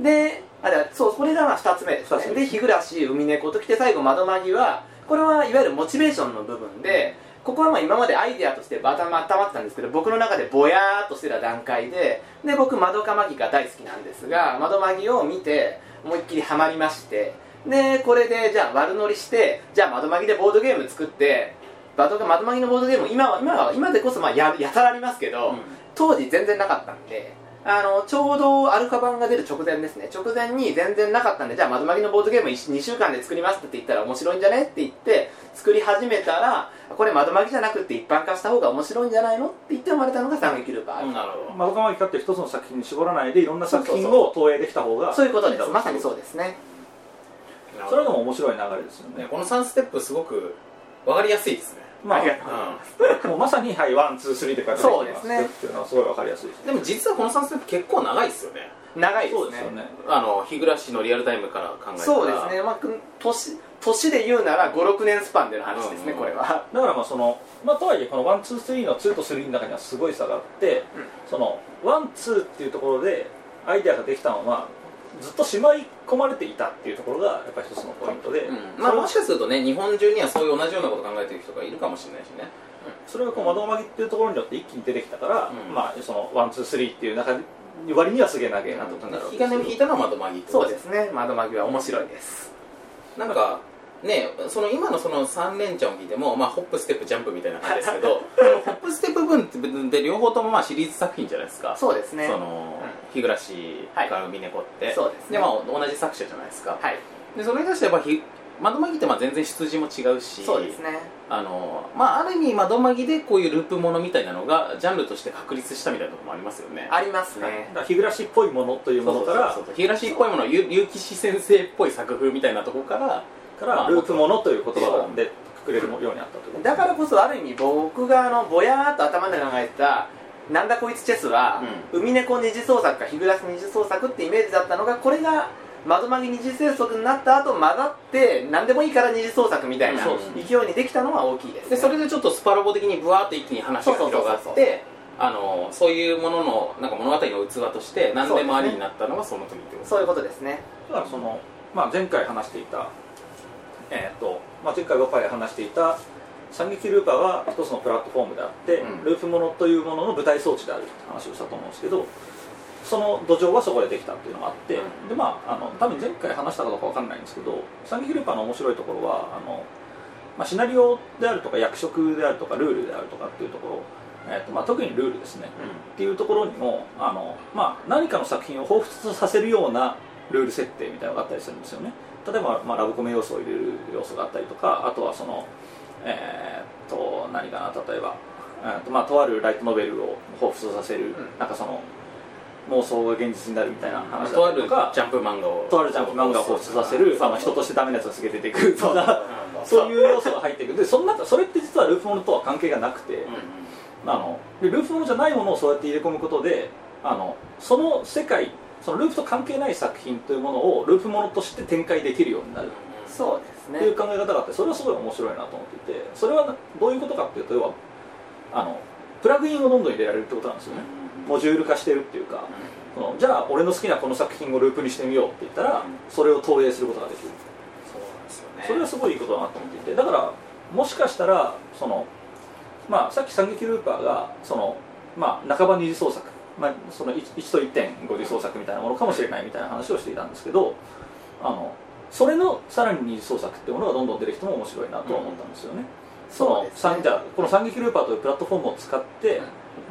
であだからそうこれがまあ2つ目です
二つ
ね
目
で日暮海猫ときて最後窓間際これはいわゆるモチベーションの部分でここはまあ今までアイデアとして頭温まってたんですけど僕の中でぼやーっとしてた段階でで僕窓かマギが大好きなんですが窓マギを見て思いっきりハマりましてでこれでじゃあ悪乗りしてじゃあ窓マギでボードゲーム作って窓か窓マギのボードゲーム今は今は今でこそまあややたらありますけど、当時全然なかったんであのちょうどアルファ版が出る直前ですね直前に全然なかったんでじゃあ窓マギのボードゲーム2週間で作りますって言ったら面白いんじゃねって言って作り始めたらこれ窓マギじゃなくて一般化した方が面白いんじゃないのって言って生まれたのが「三撃ルーパー」
なるほど
マドカマギカって一つの作品に絞らないでいろんな作品を投影できた方が
そういうことですまさにそうですね
それでも面白い流れですよね
ねこの3ステップすごく分かりやすいですね
まあ
ありがとう
もうまさにはいワンツースリーって書いてあ
そう
る
ですね
っていうのはすごいわかりやすいです
でも実はこの3ステップ結構長いですよね
長いで
そう
す
で
ね
すよね
あの日暮らしのリアルタイムから考えたら
そうですね、まあ、く年年で言うなら56年スパンでの話ですね、
うん
これは
だからまあその、まあ、とはいえこのワンツースリーのツーとスリーの中にはすごい差があって、そのワンツーっていうところでアイデアができたのはずっとしまい込まれていたっていうところがやっぱり一つのポイントで、
うんまあ、もしかするとね日本中にはそういう同じようなこと考えてる人がいるかもしれないしね
それがこう窓巻きっていうところによって一気に出てきたから、
うん
まあそのワンツースリーっていう中に割にはすげえ長えなと思ったんだろう
引き金を引いたのは窓マギってこと
そうですね窓マギは面白いです
なんかねその今のその3連チャンを聞いても、まあ、ホップステップジャンプみたいな感じですけどホップステップ分って分で両方ともまあシリーズ作品じゃないですか
そうですね
その日暮らしから海猫って、
はいそうですね
まあ、同じ作者じゃないですか、
はい
でそれに対してやっぱひ窓マギってまあ全然出自も違うし
そうですね
あのまあ、ある意味窓マギでこういうループものみたいなのがジャンルとして確立したみたいなところもありますよね
ありますね、
だから日暮らしっぽいものというものか
そう
ら
そうそうそう日暮らしっぽいものゆ結城先生っぽい作風みたいなところから
からループものという言葉でくくれるようになったということ
だからこそある意味僕があのぼやーっと頭で考えてたなんだこいつチェスは、海猫二次創作か日暮らし二次創作ってイメージだったのがこれが窓まぎ二次創作になった後混ざって何でもいいから二次創作みたいな
そうですね
勢いにできたのは大きいです、
で
ね、
それでちょっとスパロボ的にブワーッと一気に話が広が
そうそうそう
っ
そう
てあのそういうもののなんか物語の器として何でもありになったのがその時ってこと
そういうことですね
だからその、まあ、前回話していた、えーとまあ、前回僕らで話していた三撃ルーパーは一つのプラットフォームであって、
うん
ループものというものの舞台装置であるって話をしたと思うんですけどその土壌はそこでできたっていうのがあって、
うん
でまああの多分前回話したかどうかわかんないんですけど三撃ルーパーの面白いところはあの、まあ、シナリオであるとか役職であるとかルールであるとかっていうところ、えーとまあ、特にルールですね、っていうところにもあの、まあ、何かの作品を彷彿とさせるようなルール設定みたいなのがあったりするんですよね例えば、まあ、ラブコメ要素を入れる要素があったりとかあとはそのえーっと何かな例えば、えーっとまあ、とあるライトノベルを彷彿とさせる、なんかその妄想が現実になるみたいな話だ
と
っ
あ
た
る
りと
ジ
か
ャンプ漫画を
とあるジャンプ漫画を彷彿とさせるあの人としてダメなやつがすげえ出てくるとかそういう要素が入ってくるでその中それって実はループものとは関係がなくて、
うんうん
あのでループものじゃないものをそうやって入れ込むことであのその世界そのループと関係ない作品というものをループものとして展開できるようになる
そうです
っ
ね
ていう考え方があってそれはすごい面白いなと思っていてそれはどういうことかっていうと要はあのプラグインをどんどん入れられるってことなんですよねモジュール化してるっていうかそのじゃあ俺の好きなこの作品をループにしてみようって言ったらそれを投影することができる
そうなんですよね
それはすごいいいことだなと思っていてだからもしかしたらその、まあ、さっき三撃ルーパーがその、まあ、半ば二次創作、まあ、その 1, と1.5次創作みたいなものかもしれないみたいな話をしていたんですけどあのそれのさらに二次創作っていうものがどんどん出てきても面白いなとは思ったんですよね。そ
そう
の
ですね
三じゃあこの「三撃ルーパー」というプラットフォームを使って、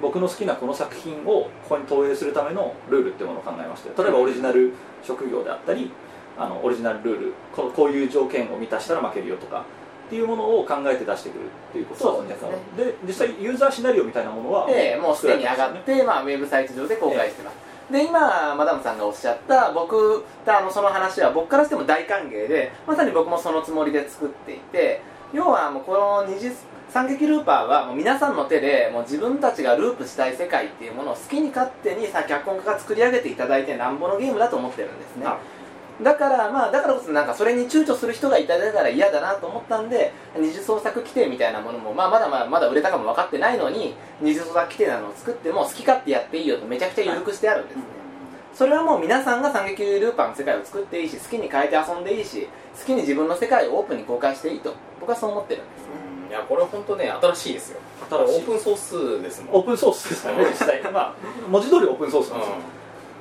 僕の好きなこの作品をここに投影するためのルールっていうものを考えまして例えばオリジナル職業であったりあのオリジナルルールここういう条件を満たしたら負けるよとかっていうものを考えて出してくるっていうことは
そうですね
で,、実際ユーザーシナリオみたいなものは
ええもうすでに上が
作られ
ってて、まあ、ウェブサイト上で公開してます、で今マダムさんがおっしゃった僕とあのその話は僕からしても大歓迎でまさに僕もそのつもりで作っていて要はもうこの二次三撃ルーパーはもう皆さんの手でもう自分たちがループしたい世界っていうものを好きに勝手にさ脚本家が作り上げていただいてなんぼのゲームだと思ってるんですね
なる
だからまあだからこそなんかそれに躊躇する人がいただたら嫌だなと思ったんで二次創作規定みたいなものも、まあ、まだまだまだ売れたかも分かってないのに二次創作規定なのを作っても好き勝手やっていいよとめちゃくちゃ緩くしてあるんですね、それはもう皆さんが「三撃ルーパー」の世界を作っていいし好きに変えて遊んでいいし好きに自分の世界をオープンに公開していいと僕はそう思ってるんですね
うんいやこれ本当ね新しいですよ
新
オ
しい
ープンソースですもん
オープンソースですからね実際まあ文字通りオープンソースなんですよ、
うん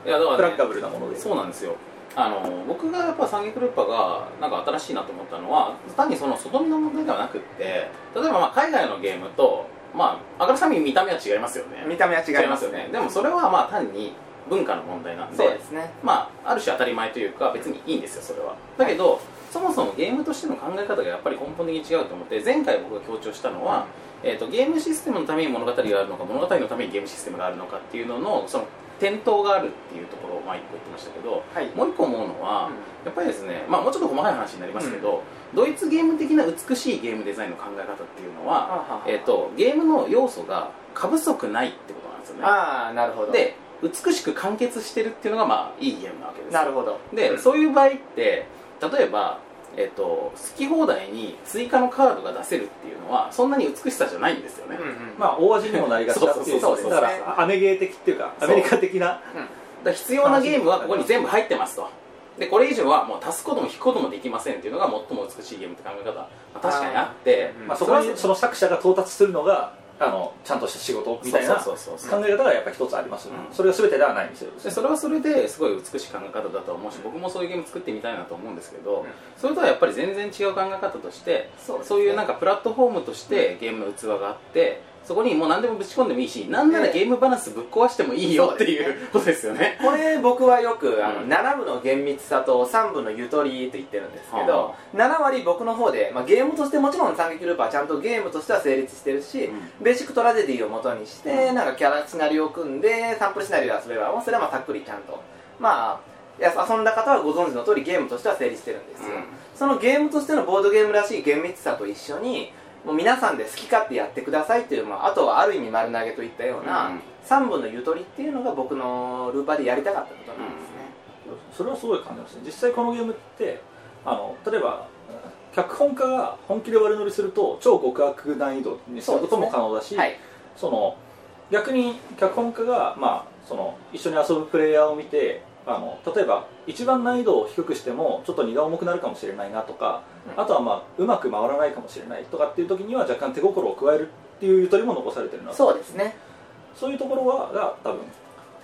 いやだから
ブラ
ね
ッカブルなもので
そうなんですよあの僕がやっぱ三撃ルーパーがなんか新しいなと思ったのは単にその外見の問題ではなくって例えばまあ海外のゲームとまああからさまに見た目は違いますよね
見た目は違います
よねでもそれはまあ単に文化の問題なんで
そうですね
まあある種当たり前というか別にいいんですよそれはだけど、そもそもゲームとしての考え方がやっぱり根本的に違うと思って前回僕が強調したのは、えー、とゲームシステムのために物語があるのか物語のためにゲームシステムがあるのかっていうののその転倒があるっていうところをまあ一個言ってましたけど
はい
もう一個思うのは、やっぱりですね、まあ、もうちょっと細かい話になりますけど、ドイツゲーム的な美しいゲームデザインの考え方っていうのは、えー、とゲームの要素が過不足ないってことなんですよね
ああなるほど
で美しく完結してるっていうのがまあいいゲームなわけですよ
なるほど
で、そういう場合って例えば、えっと好き放題に追加のカードが出せるっていうのはそんなに美しさじゃないんですよね、
うんうんまあ
まあ大味にもなりがちだっていう
そうそうそうそう
だからアメゲー的っていうかアメリカ的な
だから必要なゲームはここに全部入ってますとでこれ以上はもう足すことも引くこともできませんっていうのが最も美しいゲームって考え方、まあ確かにあって
うん
まあ、そこにそ
の
の作者が到達するのがあのちゃんとした仕事みたいな
そう
考
そうそうそう
え方がやっぱ一つありますよね、
うん
それが全てではないんですよ
でそれはそれですごい美しい考え方だと思うし僕もそういうゲーム作ってみたいなと思うんですけど、
うん
それとはやっぱり全然違う考え方として
そうですね
そういうなんかプラットフォームとしてゲームの器があってそこにもう何でもぶち込んでもいいし何なら
ええ
ゲームバランスぶっ壊してもいいよっていうことですよね。
これ僕はよくあの
うん
7部の厳密さと3部のゆとりと言ってるんですけど
は
7割僕の方で、まあ、ゲームとしてもちろん「三撃ルーパー」ちゃんとゲームとしては成立してるし、
うん
ベーシックトラジェディを元にして、なんかキャラシナリオを組んでサンプルシナリオで遊べばそれはまあさっくりちゃんとまあや遊んだ方はご存知の通りゲームとしては成立してるんですよ、そのゲームとしてのボードゲームらしい厳密さと一緒にもう皆さんで好き勝手やってくださいっていう、まあ、あとはある意味丸投げといったよう
う
なん3部のゆとりっていうのが僕のルーパーでやりたかったことなんですね、
それはすごい感じますね実際このゲームってあの例えば脚本家が本気で悪乗りすると超極悪難易度にすることも可能だしそ,、
はい
の逆に脚本家が、まあ、その一緒に遊ぶプレイヤーを見てあの例えば一番難易度を低くしてもちょっと荷が重くなるかもしれないなとか、
うん
あとは、まあ、うまく回らないかもしれないとかっていう時には若干手心を加えるっていうゆとりも残されてるなと
そうですね
そういうところはが多分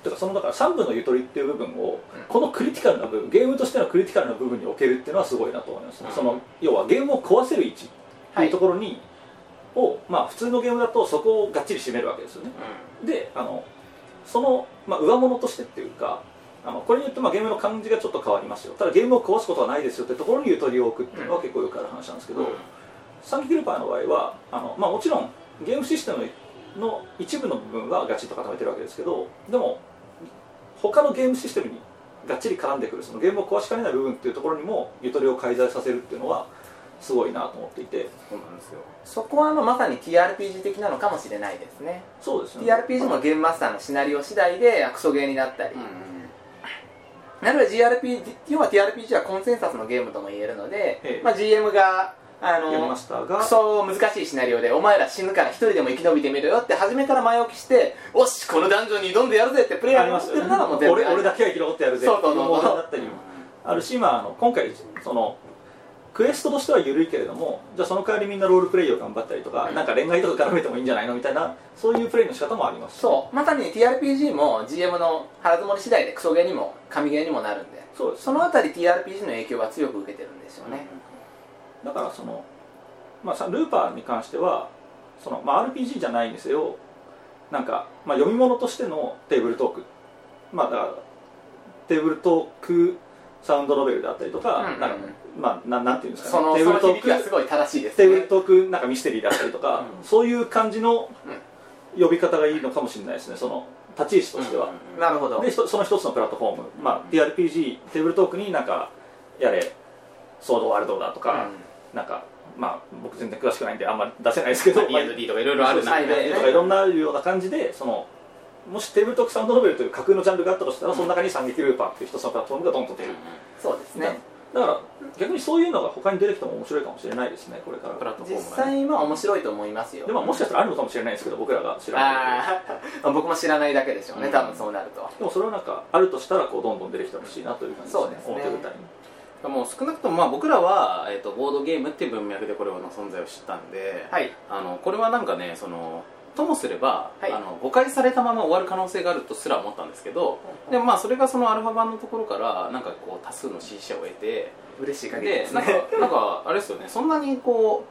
てかそのだから3部のゆとりっていう部分を、
うん
このクリティカルな部分ゲームとしてのクリティカルな部分に置けるっていうのはすごいなと思います、
うん
その要はゲームを壊せる位置って
はいいう
ところに、をまあ普通のゲームだとそこをがっちり締めるわけですよねであのその、まあ、上物としてっていうかあのこれによってまあゲームの感じがちょっと変わりますよただゲームを壊すことはないですよってところにゆとりを置くっていうのは結構よくある話なんですけど、サンキルパーの場合はあの、まあ、もちろんゲームシステムの一部の部分はガチッと固めてるわけですけどでも他のゲームシステムにがっちり絡んでくるそのゲームを壊しかねない部分っていうところにもゆとりを介在させるっていうのはすごいなと思っていて
そうなんですよ
そこはまあまさに TRPG 的なのかもしれないですね
そうですよね
TRPG もゲームマスターのシナリオ次第であクソゲーになったり、なので GRP 要は TRPG はコンセンサスのゲームとも言えるので、
ええ
まあ、GM があ
やりま
の
したが
クソ難しいシナリオでお前ら死ぬから一人でも生き延びてみろよって初めから前置きしておっしこのダンジョンに挑んでやるぜってプレイヤ
あ
ー
り
が
ま
思っ
す
て
よね
るならもう全
俺
然あり
俺だけは生き残ってやるぜ
そうそうそ
って
う
いモードになったりもあるし、まあ、あの今回そのクエストとしては緩いけれどもじゃあその代わりみんなロールプレイを頑張ったりとかなんか恋愛とか絡めてもいいんじゃないのみたいなそういうプレイの仕方もあります
そうまさに TRPG も GM の腹積もり次第でクソゲーにも神ゲーにもなるんで
そうです
そのあたり TRPG の影響は強く受けてるんでしょうね、
だからその、まあ、さルーパーに関してはその、まあ、RPG じゃないんですよなんか、まあ、読み物としてのテーブルトークまあだからテーブルトークサウンドノベルだったりとか、
うんうんうん
なんかまあななんていうんですか
その
テー
そ
ブ
の
ルト
響
ー
きはす
ク
ごい正しいです
テ
ね
ーブルトークなんかミステリーだったりとか、
うん
そういう感じの
う
呼び方がいいのかもしれないですねその立ち位置としては、
んなるほど
でひとその一つのプラットフォーム、まあ、TRPG テーブルトークになんかやれソードワールドだとか、なんかまあ僕全然詳しくないんであんま出せないですけど、まあ、
E&D とかいろいろある中
そうです
で
ね
とかいろんなような感じでそのもしテーブルトークサウンドノベルという架空のジャンルがあったとしたら、その中に「三撃ルーパー」っていう一つのプラットフォームがどんと出る、
そうです
ね
ね
だから逆にそういうのが他に出てきても面白いかもしれないですねこれから
プラットフォ
実
ームがね
際まあ面白いと思いますよ
でももしかしたらあるのかもしれないですけど僕らが知らない
ああ 僕も知らないだけでしょうね、多分そうなると
でもそれはなんかあるとしたらこうどんどん出てきてほしいなという感じですね
そうですね
表舞台に
もう少なくともまあ僕らは、えっとボードゲームっていう文脈でこれの存在を知ったんで、
はい
あのこれはなんかねそのともすれば、
はい
あの誤解されたまま終わる可能性があるとすら思ったんですけど、でもまあそれがそのアルファ版のところからなんかこう多数の支持者を得て
嬉しい限りで
ですなん
ね
かなんかあれですよねそんなにこ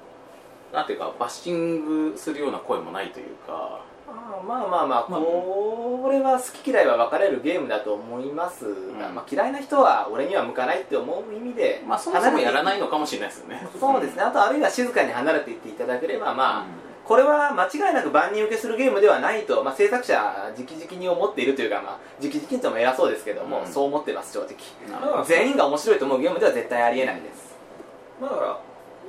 うなんていうかバッシングするような声もないというか
あーまあまあまあ
まあ
これは好き嫌いは分かれるゲームだと思いますが、
うん
まあ、嫌いな人は俺には向かないって思う意味で、
まあそもそもやらないいのかもしれないですよね
そうですねあとあるいは静かに離れていっていただければまあ、
うん
これは間違いなく万人受けするゲームではないと、まあ、制作者直々に思っているというか、まあ、直々にとも偉そうですけども、
うん
そう思ってます正直
なるほど
全員が面白いと思うゲームでは絶対ありえないです
まあだか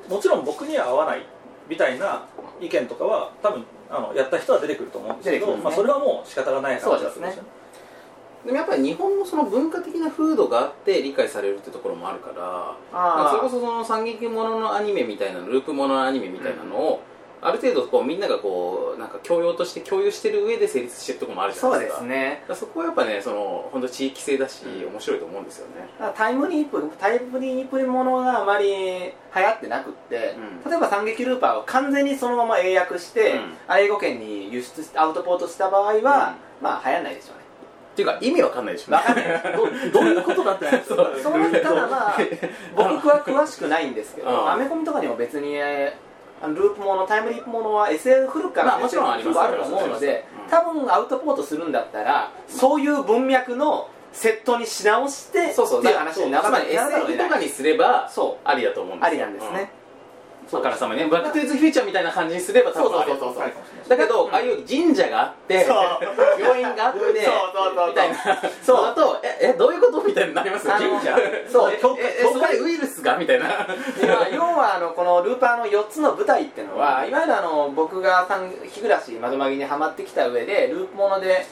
らもちろん僕には合わないみたいな意見とかは多分あのやった人は出てくると思うんですけ
出て
ど
くるんで
ま
すね
あ、それはもう仕方がない話だと思うん
そうですね
でもやっぱり日本のその文化的な風土があって理解されるってところもあるからなんかそれこそその惨劇もののアニメみたいなのループもののアニメみたいなのを、ある程度こうみんながこうなんか教養として共有してる上で成立してるところもあるじゃな
そう
いで
です
か
すね
だからそこはやっぱねその本当地域性だし、面白いと思うんですよね
だからタイムリープタイムリープものがあまり流行ってなくって、
うん
例えば「惨劇ルーパー」を完全にそのまま英訳して、
うん
あ英語圏に輸出してアウトポートした場合は、まあ流行んないでしょうね
っていうか意味わかんないでし ょ
わかんない
どどういうことだって話ですよ
そうなったらまあ僕は詳しくないんですけ
う
ど
ん
アメコミとかにも別にえーあのループものタイムリープものは SF 古くから
まあもちろんあります
古くあると思うので
うん
多分アウトポートするんだったらそういう文脈のセットにし直して
そうそう
っていう話になら
つま
ない
り
ならざるを
SF
得
と
な
か
い
にすれば
そ
ありだと思うん
う
ですよ
ありなんですね、
うんだからさもねバック・トゥ・ザ・フューチャーみたいな感じにすれば多分ありだと思
そうそうそうそう
あるかもしれない
だけど、ああいう神社があって
そう
病院があって
そうそうそう
みたいなそうだとええどういうことみたいになりますよ
あの
神社
そう
え
教会
ええ
教会
そこでウイルスがみたいな
でまあ要はあのこのルーパーの4つの舞台ってのは、
うん
いわゆるあの僕が三日暮らし窓まぎにはまってきた上でループもので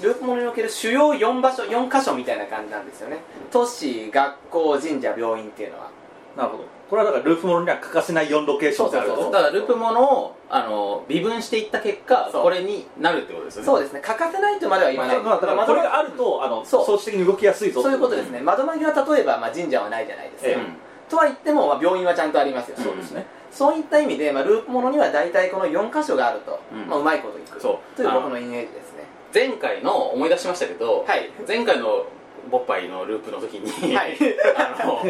ループものにおける主要4場所4箇所みたいな感じなんですよね都市学校神社病院っていうのは
なるほどこれはだからループものには欠かせない4ロケーションである
そう
だ
そう
からループものをあの微分していった結果
そう
これになるってことですよね
そうですね欠かせないとまでは言わない
まあだからこれがあるとあの
そう
装置的に動きやすいぞ
そういうことですね窓まぎは例えば、まあ、神社はないじゃないですか、
ええ
うん
とは言っても、まあ、病院はちゃんとありますよね、
そう
ですね
そういった意味で、まあ、ループものには大体この4箇所があると、
うん
まあ、うまいこといく
そう
という僕のイメージですね
前回の思い出しましたけど、
はい
前回のボッパイのループの時に、
はい
あの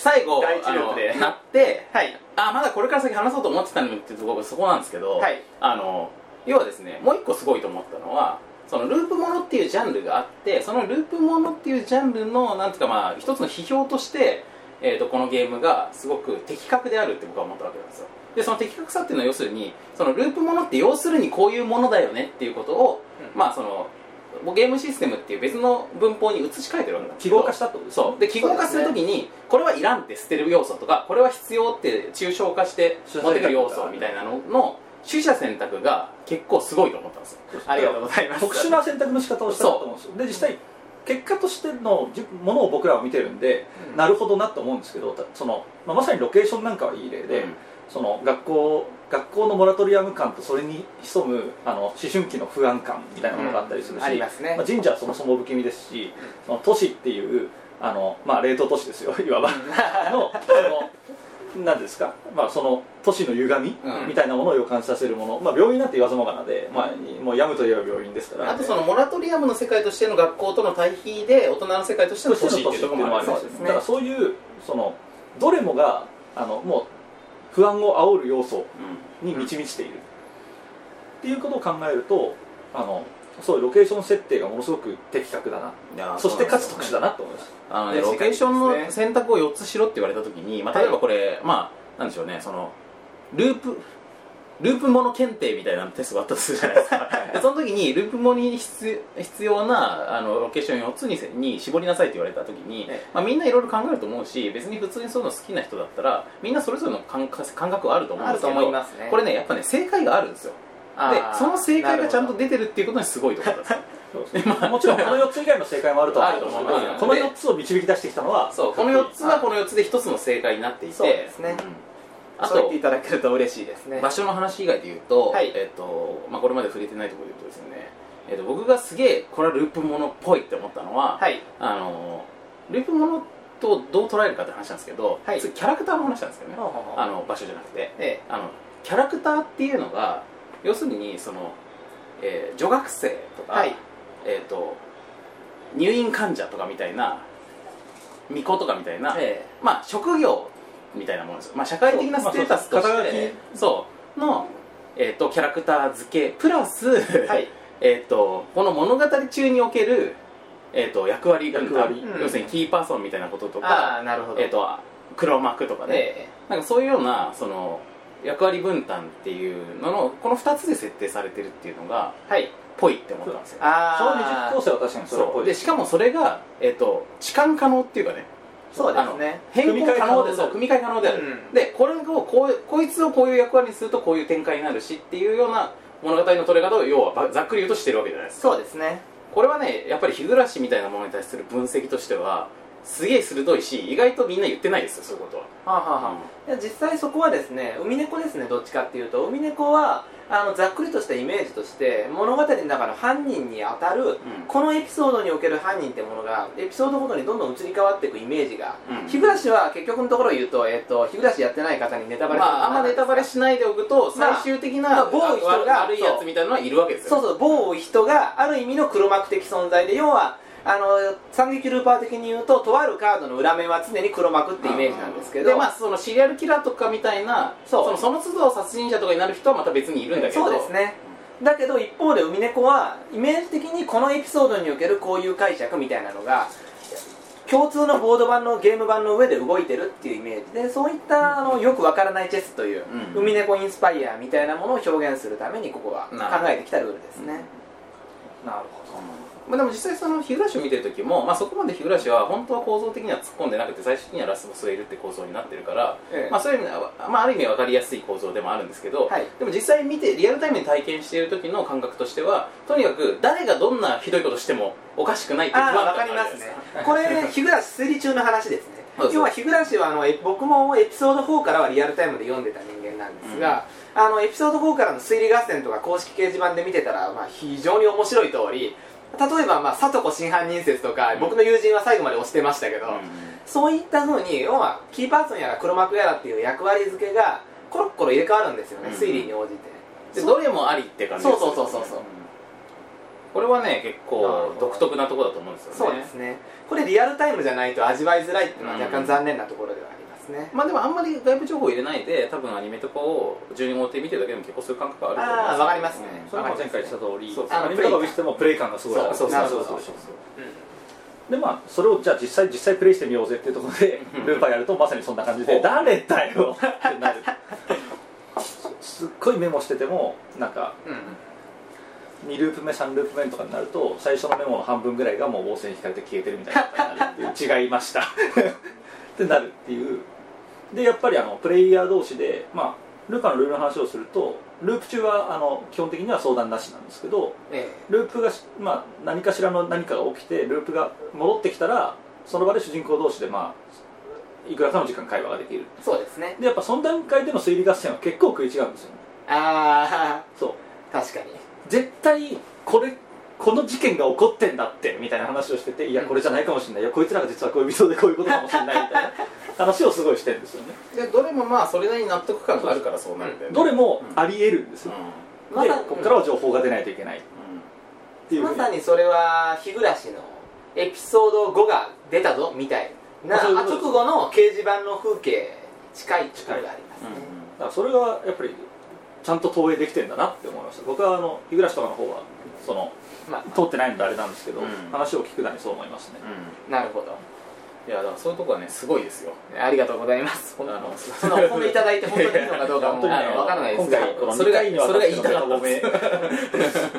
最後
第一ループで
あのなって
はい
あまだこれから先話そうと思ってたのにっていうところそこなんですけど、
はい
あの要はですねもう一個すごいと思ったのはそのループものっていうジャンルがあってそのループものっていうジャンルのなんていうかまあ一つの批評として、えー、とこのゲームがすごく的確であるって僕は思ったわけなんですよでその的確さっていうのは要するにそのループものって要するにこういうものだよねっていうことを、
うん
まあそのゲームシステムっていう別の文法に移し替えてるわけなんです
記
けど
号化したってことですね
そうで記号化するときに、これはいらんって捨てる要素とかこれは必要って抽象化して持てる要素みたいなのの取捨選択が結構すごいと思ったんですよ
ありがとうございます
特殊な選択の仕方をしたなと思うんですよで実際結果としてのじものを僕らは見てるんで、
うん
なるほどなと思うんですけどたその、まあ、まさにロケーションなんかはいい例で、
うん
その学校学校のモラトリアム感とそれに潜むあの思春期の不安感みたいなものがあったりするし、
うんありますね
あ、神社はそもそも不気味ですしその都市っていうあの、まあ、冷凍都市ですよい わばのその何ですか、まあ、その都市の歪み
うん
みたいなものを予感させるもの、まあ、病院なんて言わずもがなで、まあ、もうやむといえば病院ですから
あとそのモラトリアムの世界としての学校との対比で大人の世界としての都市っていうところもある
そう
し
ですね
だからそういうそのどれもがあのもう不安を煽る要素に満ち満ちている、っていうことを考えるとあのそういうロケーション設定がものすごく的確だなそしてかつ特殊だなと思います
あの
ね
ね、ロケーショ
世界
ン
で
の
す
選択を4つしろって言われた時に、まあ、
はい
例えばこれ、まあなんでしょうねそのループループもの検定みたいなテストがあったとするじゃないですかでその時にループものに必必要なあのロケーション4つにせに絞りなさいって言われた時に、
ええ
まあ、みんないろいろ考えると思うし別に普通にそういうの好きな人だったらみんなそれぞれの感覚感覚はあると思うん
あ
で
る
す
と
け
思い
ど、
ますね
これねやっぱね正解があるんですよで
あー
その正解がちゃん
なるほ
と
ど
出てるっていうことにすごいと思ったんですよ
そうですねもちろんこの4つ以外の正解もあるとは
あると
思
思
う
いま
んですすけどこの4つを導き出してきたのは
そうこの4つはこの4つで1つの正解になっていて
そうですね
うんあ
そう言っ
と
ていただけると嬉しいですね
場所の話以外で言うと,、
はい
えっとまあ、これまで触れてないところで言うとですね、えっと僕がすげえこれはループものっぽいって思ったのは、
はい
あのループものとどう捉えるかって話なんですけど、
はい
次キャラクターの話なんですけどね、あ
あ
の場所じゃなくて
え
あのキャラクターっていうのが要するにその、えー女学生と
え
か、
はい
えー、と入院患者とかみたいな巫女とかみたいな、
え
まあ職業みたいなものですよ、まあ、社会的なステータスとして
そうまあそう
そう
肩
の、えー、とキャラクター付けプラス、
えはい
えー、とこの物語中における、えー、と役割が
役割
うん
要するにキーパーソンみたいなことと
あ
か、
あなるほど
えー、と黒幕とかね、
え
なんかそういうようなその役割分担っていうののこの2つで設定されてるっていうのが
えはい
ぽいって思ったんですよ
その20
ああ
構成は確かにそれっ
そ
ぽ
う
い
で
で
しかもそれが、えっと置換可能っていうかね
そうですね
変更可能で
組み替え可能である
そう組み替え可能である、
うん
でこれをこうこいつをこういう役割にするとこういう展開になるしっていうような物語の取れ方を要はばざっくり言うとしてるわけじゃないですか
そうですね
これはねやっぱり日暮らしみたいなものに対する分析としてはすげえ鋭いし意外とみんな言ってないですよそういうことは
はあはあはあいや実際そこはですね海猫ですねどっちかっていうと海猫はあのざっくりとしたイメージとして物語の中の犯人に当たる、このエピソードにおける犯人ってものがエピソードごとにどんどん移り変わっていくイメージが、
うん
日暮らしは結局のところ言うと,、えっと日暮らしやってない方にネタバレ
まあ、あんまネタバレ
し
しないでおくと
まあ
最終的
まあ
な
某人が
悪いやつみたいなのはいるわけです
そ
よ
うそう某人がある意味の黒幕的存在で要はあの惨劇ルーパー的に言うととあるカードの裏面は常に黒幕ってイメージなんですけど、
でまあそのシリアルキラーとかみたいな
そう
そのその都度殺人者とかになる人はまた別にいるんだけど
そうですねだけど一方で海猫はイメージ的にこのエピソードにおけるこういう解釈みたいなのが共通のボード版のゲーム版の上で動いてるっていうイメージでそういったあのよくわからないチェスという、
うん
海猫インスパイアみたいなものを表現するためにここは
なるほど
考えてきたルールですね、
なるほ
まあ、でも実際その日暮らしを見てる時も、まあ、そこまで日暮らしは本当は構造的には突っ込んでなくて最終的にはラスボスがいるって構造になってるから、
ええ
まあ、そういう意味では、まあ、ある意味分かりやすい構造でもあるんですけど、
はい
でも実際見てリアルタイムに体験している時の感覚としてはとにかく誰がどんなひどいことしてもおかしくないっていう
あ
不
あ
安
分か
感
り
が
ま
ある
す
じ
ね
ゃないですか
これ日暮らし推理中の話ですね
そうそう
要は日暮らしはあのえ僕もエピソード4からはリアルタイムで読んでた人間なんですが、あのエピソード4からの推理合戦とか公式掲示板で見てたら、まあ、非常に面白い通り例えば、まあ、里子真犯人説とか、
ん
僕の友人は最後まで推してましたけど、そういったふうに要はキーパーソンやら黒幕やらっていう役割付けがコロッコロ入れ替わるんですよね、
うん
推理に応じて
でどれもありって感じ
そうそうそうそうそう
これはね結
なる
構
ほど
独特なところだと思うんですよね
そうですねこれリアルタイムじゃないと味わいづらいっていうのは若
う
干
ん
残念なところではありますね、
まあでもあんまり外部情報入れないで多分アニメとかを順に追って見てるだけでも結構そういう感覚があると思うんですよ
あーわかりますね
それも前回言った通り
そうそう
アニメとかを見せてもプレイ感がすごいある
そうそう
な
そ
る
う
ほ
そ
ど
うそう
でまあそれをじゃあ実際実際プレイしてみようぜっていうところでルーパーやるとまさにそんな感じ
ほ
で
う
誰だよって なるすっごいメモしててもなんか
うん
2ループ目3ループ目とかになると最初のメモの半分ぐらいがもう防線引かれて消えてるみたいなことになるっていう違いましたってなるっていうでやっぱりあのプレイヤー同士でまあルーパーのルールの話をするとループ中はあの基本的には相談なしなんですけど
え
ループがし、まあ、何かしらの何かが起きてループが戻ってきたらその場で主人公同士で、まあ、いくらかの時間会話ができる
え、そうですね
でやっぱその段階での推理合戦は結構食い違うんですよね
あ
そう
あ 確かに
絶対これこの事件が起こってんだってみたいな話をしてていやこれじゃないかもしれないいやこいつらが実は恋人でこういうことかもしれないみたいな話をすごいしてるんですよね
でどれもまあそれなりに納得感があるからそうなるんだよね
どれもありえるんです
うん
よ、
うん
で
まだ
ここからは情報が出ないといけないっていうふう
ま
に
さにそれは日暮らしのエピソード5が出たぞみたいな
あそういうこと
直後の掲示板の風景に近いところがありますね、
だからそれがやっぱりちゃんと投影できてるんだなって思いました僕はあの日暮とかの方はその
ま
通ってないのであれなんですけど、
うん
話を聞くなりそう思いますね、
あなるほど
いやだからそういうとこはねすごいですよ
ありがとうございます
あの
そのお褒めいただいて本当にいいのかどうか
本
も
当
分
にね
からないですけ
今回こ
ど
の
それが
二回にわた
それ
っ
が
て
言い
の
た
ベ
か
タ
ったで
褒
す
め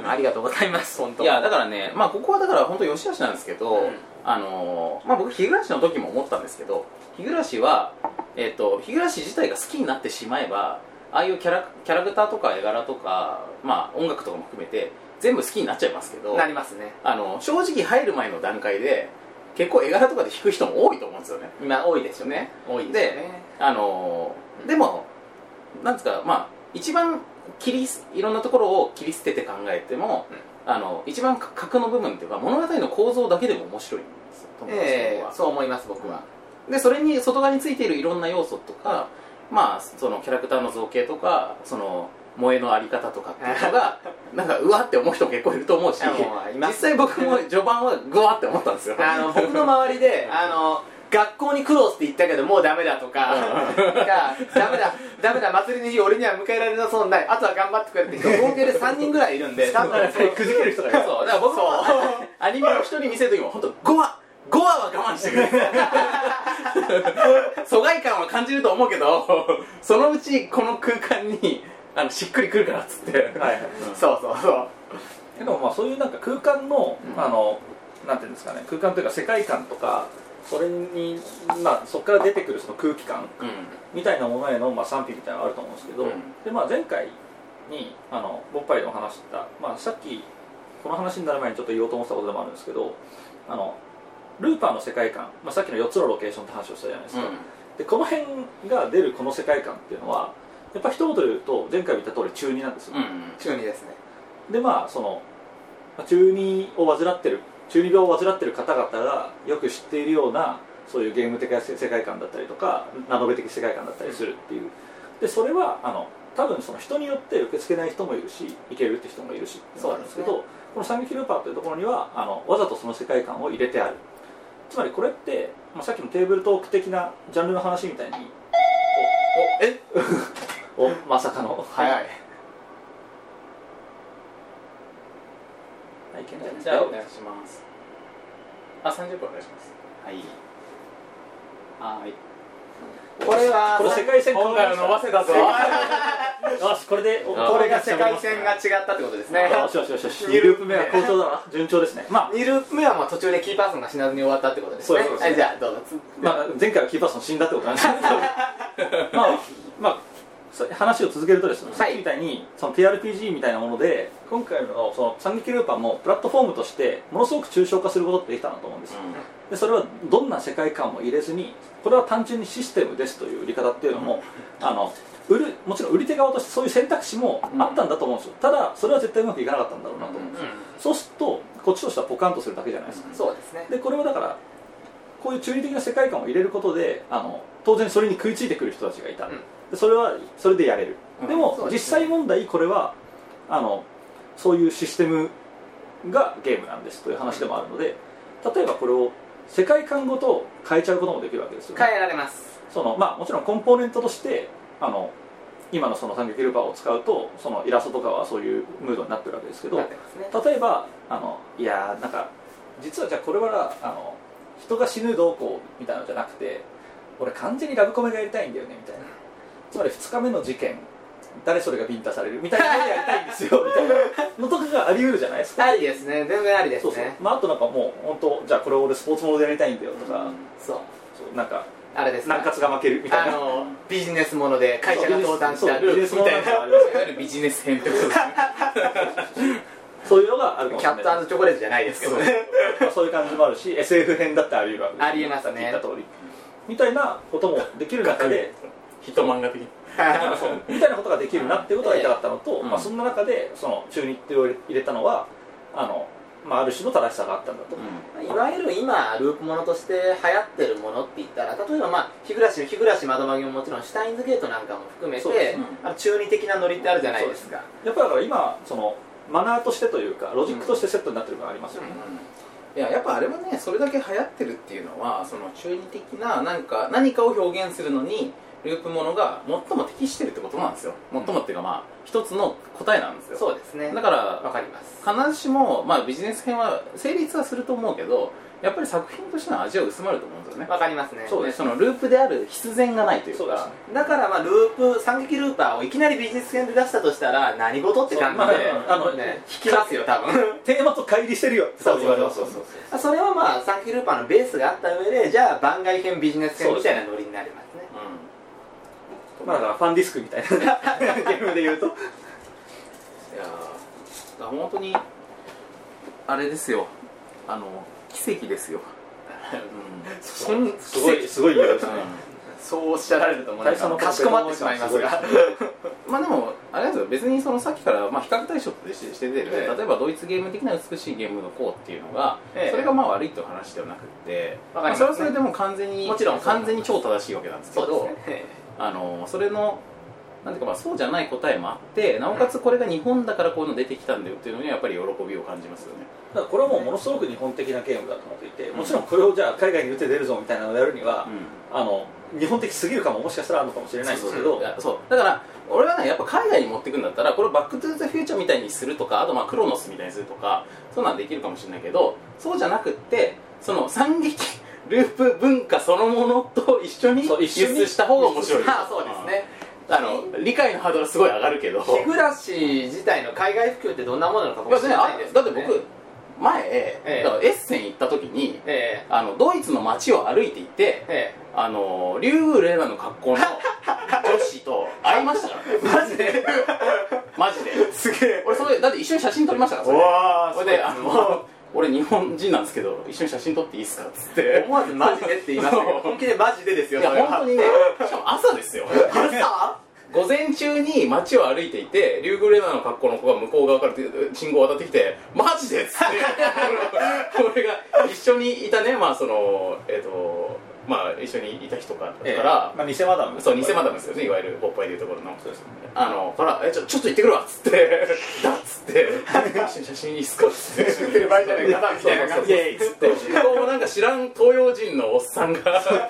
ありがとうございます本当
いやだからね、まあ、ここはだから本当良し悪しなんですけど、
うん
あのーまあ、僕日暮の時も思ったんですけど日暮は、えっと日暮自体が好きになってしまえばああいうキャラキャラクターとか絵柄とか、まあ、音楽とかも含めて全部好きになっちゃいますけど
なりますね
あの正直入る前の段階で結構絵柄とかで引く人も多いと思うんですよね
今多いですよね多いですよね
あのーでもなんつうかまあ一番切りすいろんなところを切り捨てて考えても、あの一番か核の部分っていうか物語の構造だけでも面白いんですよトムハンクスの方
え
は
えそう思います僕は
でそれに外側についているいろんな要素とか、まあそのキャラクターの造形とかその萌えのあり方とかっていうの がなんかうわって思う人結構いると思うし
あもういま
実
す
際僕も序盤はぐわって思ったんですよ
あの僕の周りであの学校に苦労して行ったけどもうダメだとかがダメだダメだ祭りの日俺には迎えられなそうにないあとは頑張ってくれって人合計で3人ぐらいいるんで多分その
くじける人がいる
そうだから僕もアニメの人に見せる時も本当5話5話は我慢してく れ疎外感は感じると思うけどそのうちこの空間にあのしっくりくるからっつって
はいはい
そうそうそう
でもまあそういうなんか空間の,、
うん
あのなんていうんですかね空間というか世界観とかそれに、まあ、そこから出てくるその空気感
う
みたいなものへの、まあ、賛否みたいなのがあると思うんですけど、
うん
でまあ、前回にあの僕ぱいでお話しした、まあ、さっきこの話になる前にちょっと言おうと思ってたことでもあるんですけどあのルーパーの世界観、まあ、さっきの4つのロケーションって話をしたじゃないですか、でこの辺が出るこの世界観っていうのはやっぱ一言で言うと前回も言った通り中二なんですよ、
んうん
中二ですね
でまあそのまあ中二を患ってる中二病を患ってる方々がよく知っているようなそういうゲーム的な世世界観だったりとかナノベ的世界観だったりするっていうでそれはあの多分その人によって受け付けない人もいるしいけるって人もいるしっていうのがあるんですけど
そう
この「三撃ルーパー」というところにはあのわざとその世界観を入れてあるつまりこれって、まあ、さっきのテーブルトーク的なジャンルの話みたいに
おえ
おまさかの
早い、
はいいけんじゃないです
じゃあ
か
お願いしますあ30分お願いしますはいはい
これは
これ世界線
今回は伸ばせたぞ
よしこれでお
あ
これが世界線が違ったってことですね
よしよしよしよし2ループ目は好調だな順調ですねまあ
2ループ目はまあ途中でキーパーソンが死なずに終わったってことですね
そういうことですね
はいじゃあどうぞつ
まあ、前回はキーパーソン死んだってことなんです けどまあ、まあそ、話を続けるとですね、
はい
さっきみたいにその TRPG みたいなもので今回のその三撃ルーパーもプラットフォームとしてものすごく抽象化することってできたなと思うんですよでそれはどんな世界観も入れずにこれは単純にシステムですという売り方っていうのも、あの売るもちろん売り手側としてそういう選択肢もあったんだと思うんですよ、ただそれは絶対うまくいかなかったんだろうなと思う、そうするとこっちとしてはポカンとするだけじゃないですか、
そうですね
でこれはだからこういう中二的な世界観を入れることであの当然それに食いついてくる人たちがいた、
うん
でそれはそれでやれる、
うん
でも
そうで
実
すね
際問題これはあのそういうシステムがゲームなんですという話でもあるので例えばこれを世界観ごと変えちゃうこともできるわけですよね
変えられます
そのまあ、もちろんコンポーネントとしてあの今のその三撃ルーパーを使うとそのイラストとかはそういうムードになってるわけですけど
なってますね
例えばあのいやーなんか実はじゃあこれはあの人が死ぬどうこうみたいなのじゃなくて俺完全にラブコメがやりたいんだよねみたいなつまり2日目の事件誰それがビンタされるみたいなのをやりたいんです よみたいなのとかがあり得るじゃないですか
ありですね全然ありです
そう
ね
そう、まあ、あとなんかもう本当じゃあこれ俺スポーツものでやりたいんだよとか、
そう
そうなんか
あれですか
南葛が負けるみたい
あ
な
のビジネスもので会社が登壇したルールみ
そうビジネ
たい
スモードがあり
な
ます
いわゆるビジネス編ってことですね
そういうのがあるかもし
キ
れ
ャ
ない
ットチョコレートじゃないですけどね
まあそういう感じもあるし SF 編だってあり得るわけです
あり得ま
さ
すね
っき言った通りみたいなこともできる中で
ヒット漫画的に
そうみたいなことができるなっていうことが言いたかったのと、
うん
まあ、そんな中でその中二ってを入れたのはあの、まあ、ある種の正しさがあったんだと、
いわゆる今ループものとして流行ってるものって言ったら例えばまあ日暮らしの日暮らし窓曲げももちろんシュタインズゲートなんかも含めて、
そうです
ね
あの中二的なノリってあるじゃないですか
やっぱりだから今そのマナーとしてというかロジックとしてセットになってるのがありますよね、
いややっぱあれはねそれだけ流行ってるっていうのはその中二的ななんか何かを表現するのにループものが最も適してるってことなんですよ最もっていうかまあ一つの答えなんですよ
そうですね
だから
わかります
必ずしも、まあ、ビジネス編は成立はすると思うけどやっぱり作品としての味は薄まると思うんですよね
わかりますね
そうですそのループである必然がないというか
そうですね
だからまあループ三撃ルーパーをいきなりビジネス編で出したとしたら何事って感じで、
そうまああの
ね、引きますよ多分
テーマと乖離してるよって多分言われますよね
そうそう
それはまあ三撃ルーパーのベースがあった上でじゃあ番外編ビジネス編みたいなノリになりますね
まあ、だからファンディス クみたいなゲームで言うと
いやーだから本当にあれですよあの奇跡ですよ、
そん
すごいすごい言い方ですね
そうおっしゃられるともうな
大
ん
佐
か
の
かしこまってしまいますが
まあでもあれですよ別にそのさっきからまあ比較対象としてしてて、
ええ
例えばドイツゲーム的な美しいゲームのこうっていうのが、
ええ
それがまあ悪いという話ではなくて、
わかります
それはそれでも完全に
もちろん
完全に超正しいわけなんですけど
ね
あのそれのなんていうかまあそうじゃない答えもあってなおかつこれが日本だからこういうの出てきたんだよっていうのにはやっぱり喜びを感じますよね
だからこれはもうものすごく日本的なゲームだと思っていてもちろんこれをじゃあ海外に打って出るぞみたいなのをやるには、あの日本的すぎるかももしかしたらあるのかもしれないんですけど
いやそうだから俺はねやっぱ海外に持っていくんだったらこれをバック・トゥ・ザ・フューチャーみたいにするとかあとまあクロノスみたいにするとかそうなんできるかもしれないけどそうじゃなくってその惨劇ループ文化そのものと一緒に
そう
輸
一緒に
出した方が面白い
まあそうですね
あの理解のハードルすごい上がるけど
日暮らし自体の海外普及ってどんなものなのか
い
も
や
し
で
れ
ね
ない
あ
です
だ
よ
って
ね
僕前、
え
だからエッセン行った時に
え
あのドイツの街を歩いていて
ええ
あのリュウ・レナの格好の女子と会いましたからね
えマジで
マジです
げえ
俺それだって一緒に写真撮りましたからそれ
わ
それであの俺日本人なんですけど一緒に写真撮っていいですかっつって
思わずマジでって言いますけど
そう
本気でマジでです
い
よ
や
それは
本当にねしかも朝ですよ
朝
午前中に街を歩いていてリュウグレナの格好の子が向こう側から信号を渡ってきてマジでっつって 俺が一緒にいたねまあそのえっ、とまあ一緒にいた人から、
ええ
まあ、偽マダム
そう偽マダムですよねいわゆるポッパイでいうところの
そうですね
あのから「えちょちょっと行ってくるわ」っつって 「だっつって「一緒に写真いいっすか?」っつって
言ってる場合じゃないかなみたいな感じ
イエ
で
ーイっつっ
で
て
向こうもなんか知らん東洋人のおっさんがそう、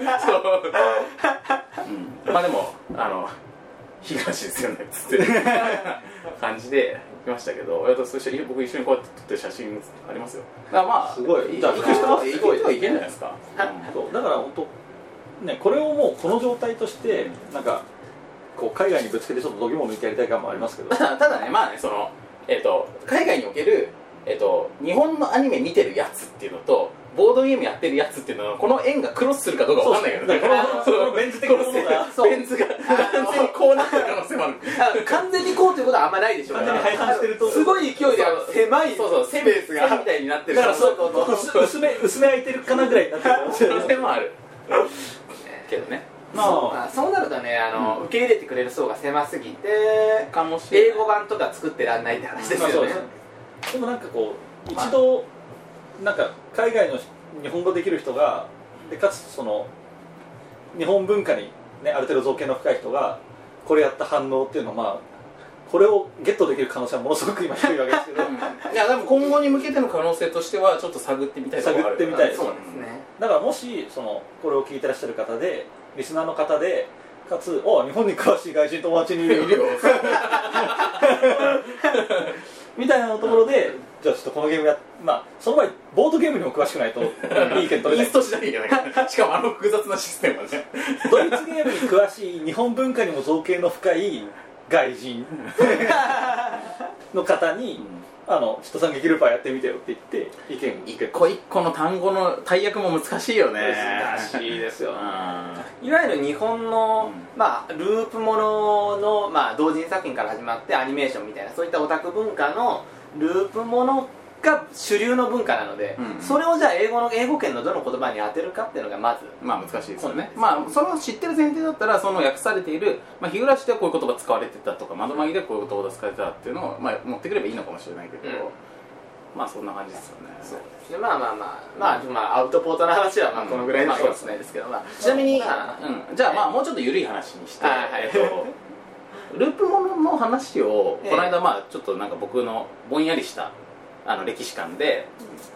うんまあでもあの東ですよねっつって感じで来ましたけど親とそして僕一緒にこうやって撮ってる写真ありますよだからまあ
すごい
行く人は
す
行
ごい
く人はいけんじゃないですか、
そうだから本当ねこれをもうこの状態としてなんかこう海外にぶつけてちょっと度肝を抜いてやりたい感もあ りますけど
ただただねまあねそのえっ、と海外におけるえっ、と日本のアニメ見てるやつっていうのとボードゲームやってるやつっていうのはこの円がクロスするかどうかわかんないけどね
そ うそう
あ
このベンズ的なものが
そうベンズが完全にこうなってる可能性もある
あ完全にこうということはあんまないでしょうね
完全に廃反してると
すごい勢いであの狭い
そうそう背
スペースが
背みたいになってる
だから
可能性
そ
も
う薄薄め薄め空いてるかなぐらいになってるかもしれ
可
ない
能性もあるけどね
ま
そう
あ
かそうなるとねあの、受け入れてくれる層が狭すぎて
かもしれない
英語版とか作ってらんないって話です
まあそ
よ
う
ね
ですねでもなんかこう一度なんか海外の日本語できる人がでかつその日本文化にねある程度造形の深い人がこれやった反応っていうのはまあこれをゲットできる可能性はものすごく今低いわけですけど
いやでも今後に向けての可能性としてはちょっと探ってみたいところがある
探ってみたい
そう
で
ですすね
だからもしそのこれを聞いてらっしゃる方でリスナーの方でかつお日本に詳しい外人友達にいる
いるよ
みたいなところで、じゃあちょっとこのゲームやまあその場合ボードゲームにも詳しくないといい意見取れない
インストしなきゃいけないからしかもあの複雑なシステムはね
ドイツゲームに詳しい日本文化にも造形の深い外人の方に「あのちょっとさん劇ルーパーやってみてよ」って言って意見
一個一個の単語の大役も難しいよね
難
い
しいです
う
よ
ん
いわゆる日本の、まあ、ループものの、まあ、同人作品から始まってアニメーションみたいなそういったオタク文化のループものが主流の文化なので、
うん
それをじゃあ英語の英語圏のどの言葉に当てるかっていうのがまず
まあ難しいですよ
そうで
ね
すね
まあそれを知ってる前提だったらその訳されている、まあ、日暮らしではこういう言葉使われてたとか窓紛れではこういう言葉使われてたっていうのを、まあ、持ってくればいいのかもしれないけど、
うん
まあそんな感じですよね
でまあまあまあまあ、まあ、アウトポートの話はまあこのぐらいの
うん
かもしれないですけど、まあ、ちなみに、まあ
うん、じゃあまあもうちょっと緩い話にして、
はいはい
えっと、ループものの話を
ええ
この間まあちょっとなんか僕のぼんやりしたあの歴史観で、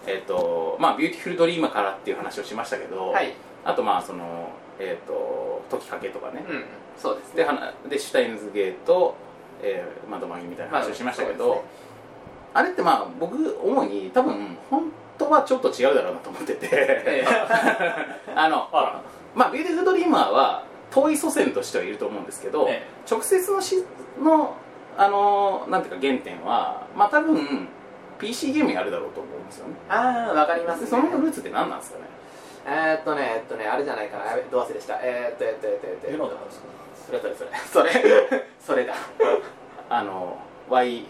えっとまあ、ビューティフルドリーマーからっていう話をしましたけど、
はい、
あとまあそのえっ、と時かけとかね、
うん、そうです
で
ね
はなでシュタインズゲーと、えー、窓マギみたいな話をしましたけど、
まあそうで
あれってまあ僕主に多分本当はちょっと違うだろうなと思ってて、
え
あの
あ
まあビューティフルドリーマーは遠い祖先としてはいると思うんですけど、
え
直接のしのあのなんていうか原点はまあ多分 PC ゲームやるだろうと思うんですよね
ああわかります、
で
ね、
そのルーツって何なんですかね
えー、っとねえっとねあれじゃないかなやべどう忘れしたえー、っとえっとえっとえっとえっ
世 の
と
中ですか
それそれそれそれそれだ
あの
Y-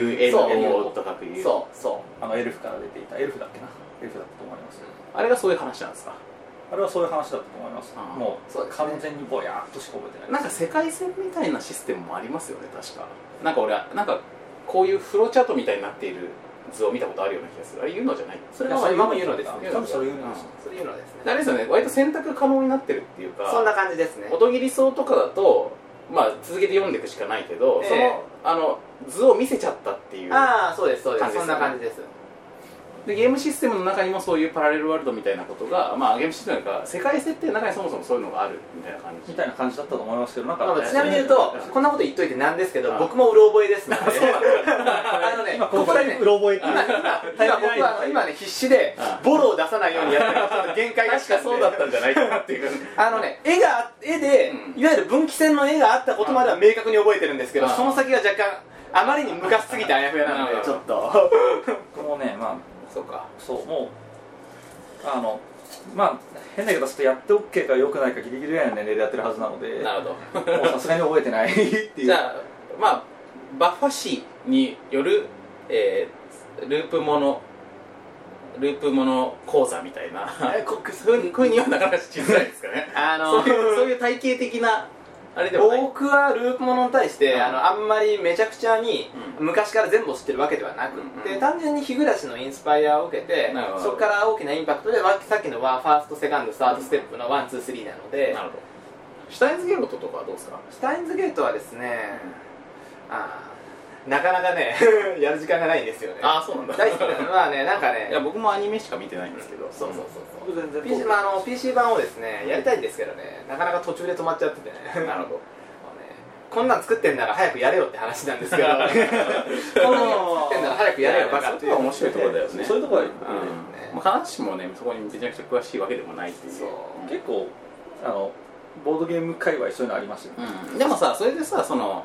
YULO と書く U
そうそ
あのエルフから出ていたエルフだっけなエルフだったと思います
うあれがそういう話なんですか
あれはそういう話だったと思います
あー
も
そう
う
ですね
完全にぼやーっとしか覚えてない
なんか世界線みたいなシステムもありますよね確かなんか俺はなんかこういうフローチャートみたいになっている図を見たことあるような気がするあれ言うのじゃない
それは今もユノです
多
ね
分それ言うのです
それユノです
あ
ね
れですよね割と選択可能になってるっていうか
そんな感じですね
音切り層とかだとまあ続けて読んでいくしかないけど、
ええ
そのあの図を見せちゃったっていう
ああそうですそうで
感
す
じです
そん
ね
な感じです
でゲームシステムの中にもそういうパラレルワールドみたいなことがまあゲームシステムというか世界設定の中にそもそもそういうのがあるみたいな感じ
みたいな感じだったと思いますけどなんか
あのちなみに言うとこんなこと言っといてなんですけど僕もうろ覚えですので あのね
今
こ
こ
こ
こ
だ
で
けね
ねうろ覚えっていう
今僕はあの今ね必死でボロを出さないようにやってるちょっと限界が
確
近
か
くて
そうだったんじゃないかなっていう
あのね絵が絵で、
うん
いわゆる分岐線の絵があったことまでは明確に覚えてるんですけど
ああ
その先が若干あまりに昔すぎてあやふやなの
な
で
るほ
ちょ
ど
っと
僕もねまあ
そうか
そうもうあのまあ変な言い方するとやって OK かよくないかギリギリぐらいの年齢でやってるはずなので
なるほど
もうさすがに覚えてないっていう
じゃあまあバッファ氏による、えーループものループもの講座みたいなこそういうふうにはなかなかしづらいですかね
あの
そういうそういう体系的なあれでもない
僕はループものに対して、
うん
あのあんまりめちゃくちゃに昔から全部を知ってるわけではなくって、
うんうん
単純に日暮らしのインスパイアを受けて
なるほど
そこから大きなインパクトでわさっきのはファーストセカンドサードステップのワンツースリーなので
なるほどシュタインズゲームととかはどうですか
シュタインズゲートはですねあーなかなかね やる時間がないんですよね
ああそうなんだ
大好きなのはねなんかね
いや僕もアニメしか見てないんですけど
そうそうそう
僕全
そ
然
う PC,、まあ、あの PC 版をですねやりたいんですけどねなかなか途中で止まっちゃっててね
うんなるほど
もうねこんなん作ってんなら早くやれよって話なん ですけどこんなに作ってんなら早くやれよバカって
いや面白いところだよね
そういうところは
うんまあ必ずしもねそこにめちゃくちゃ詳しいわけでもないっていう
そう
うん
結構あのボードゲーム界隈そういうのありますよね、
うんでもさそれでさその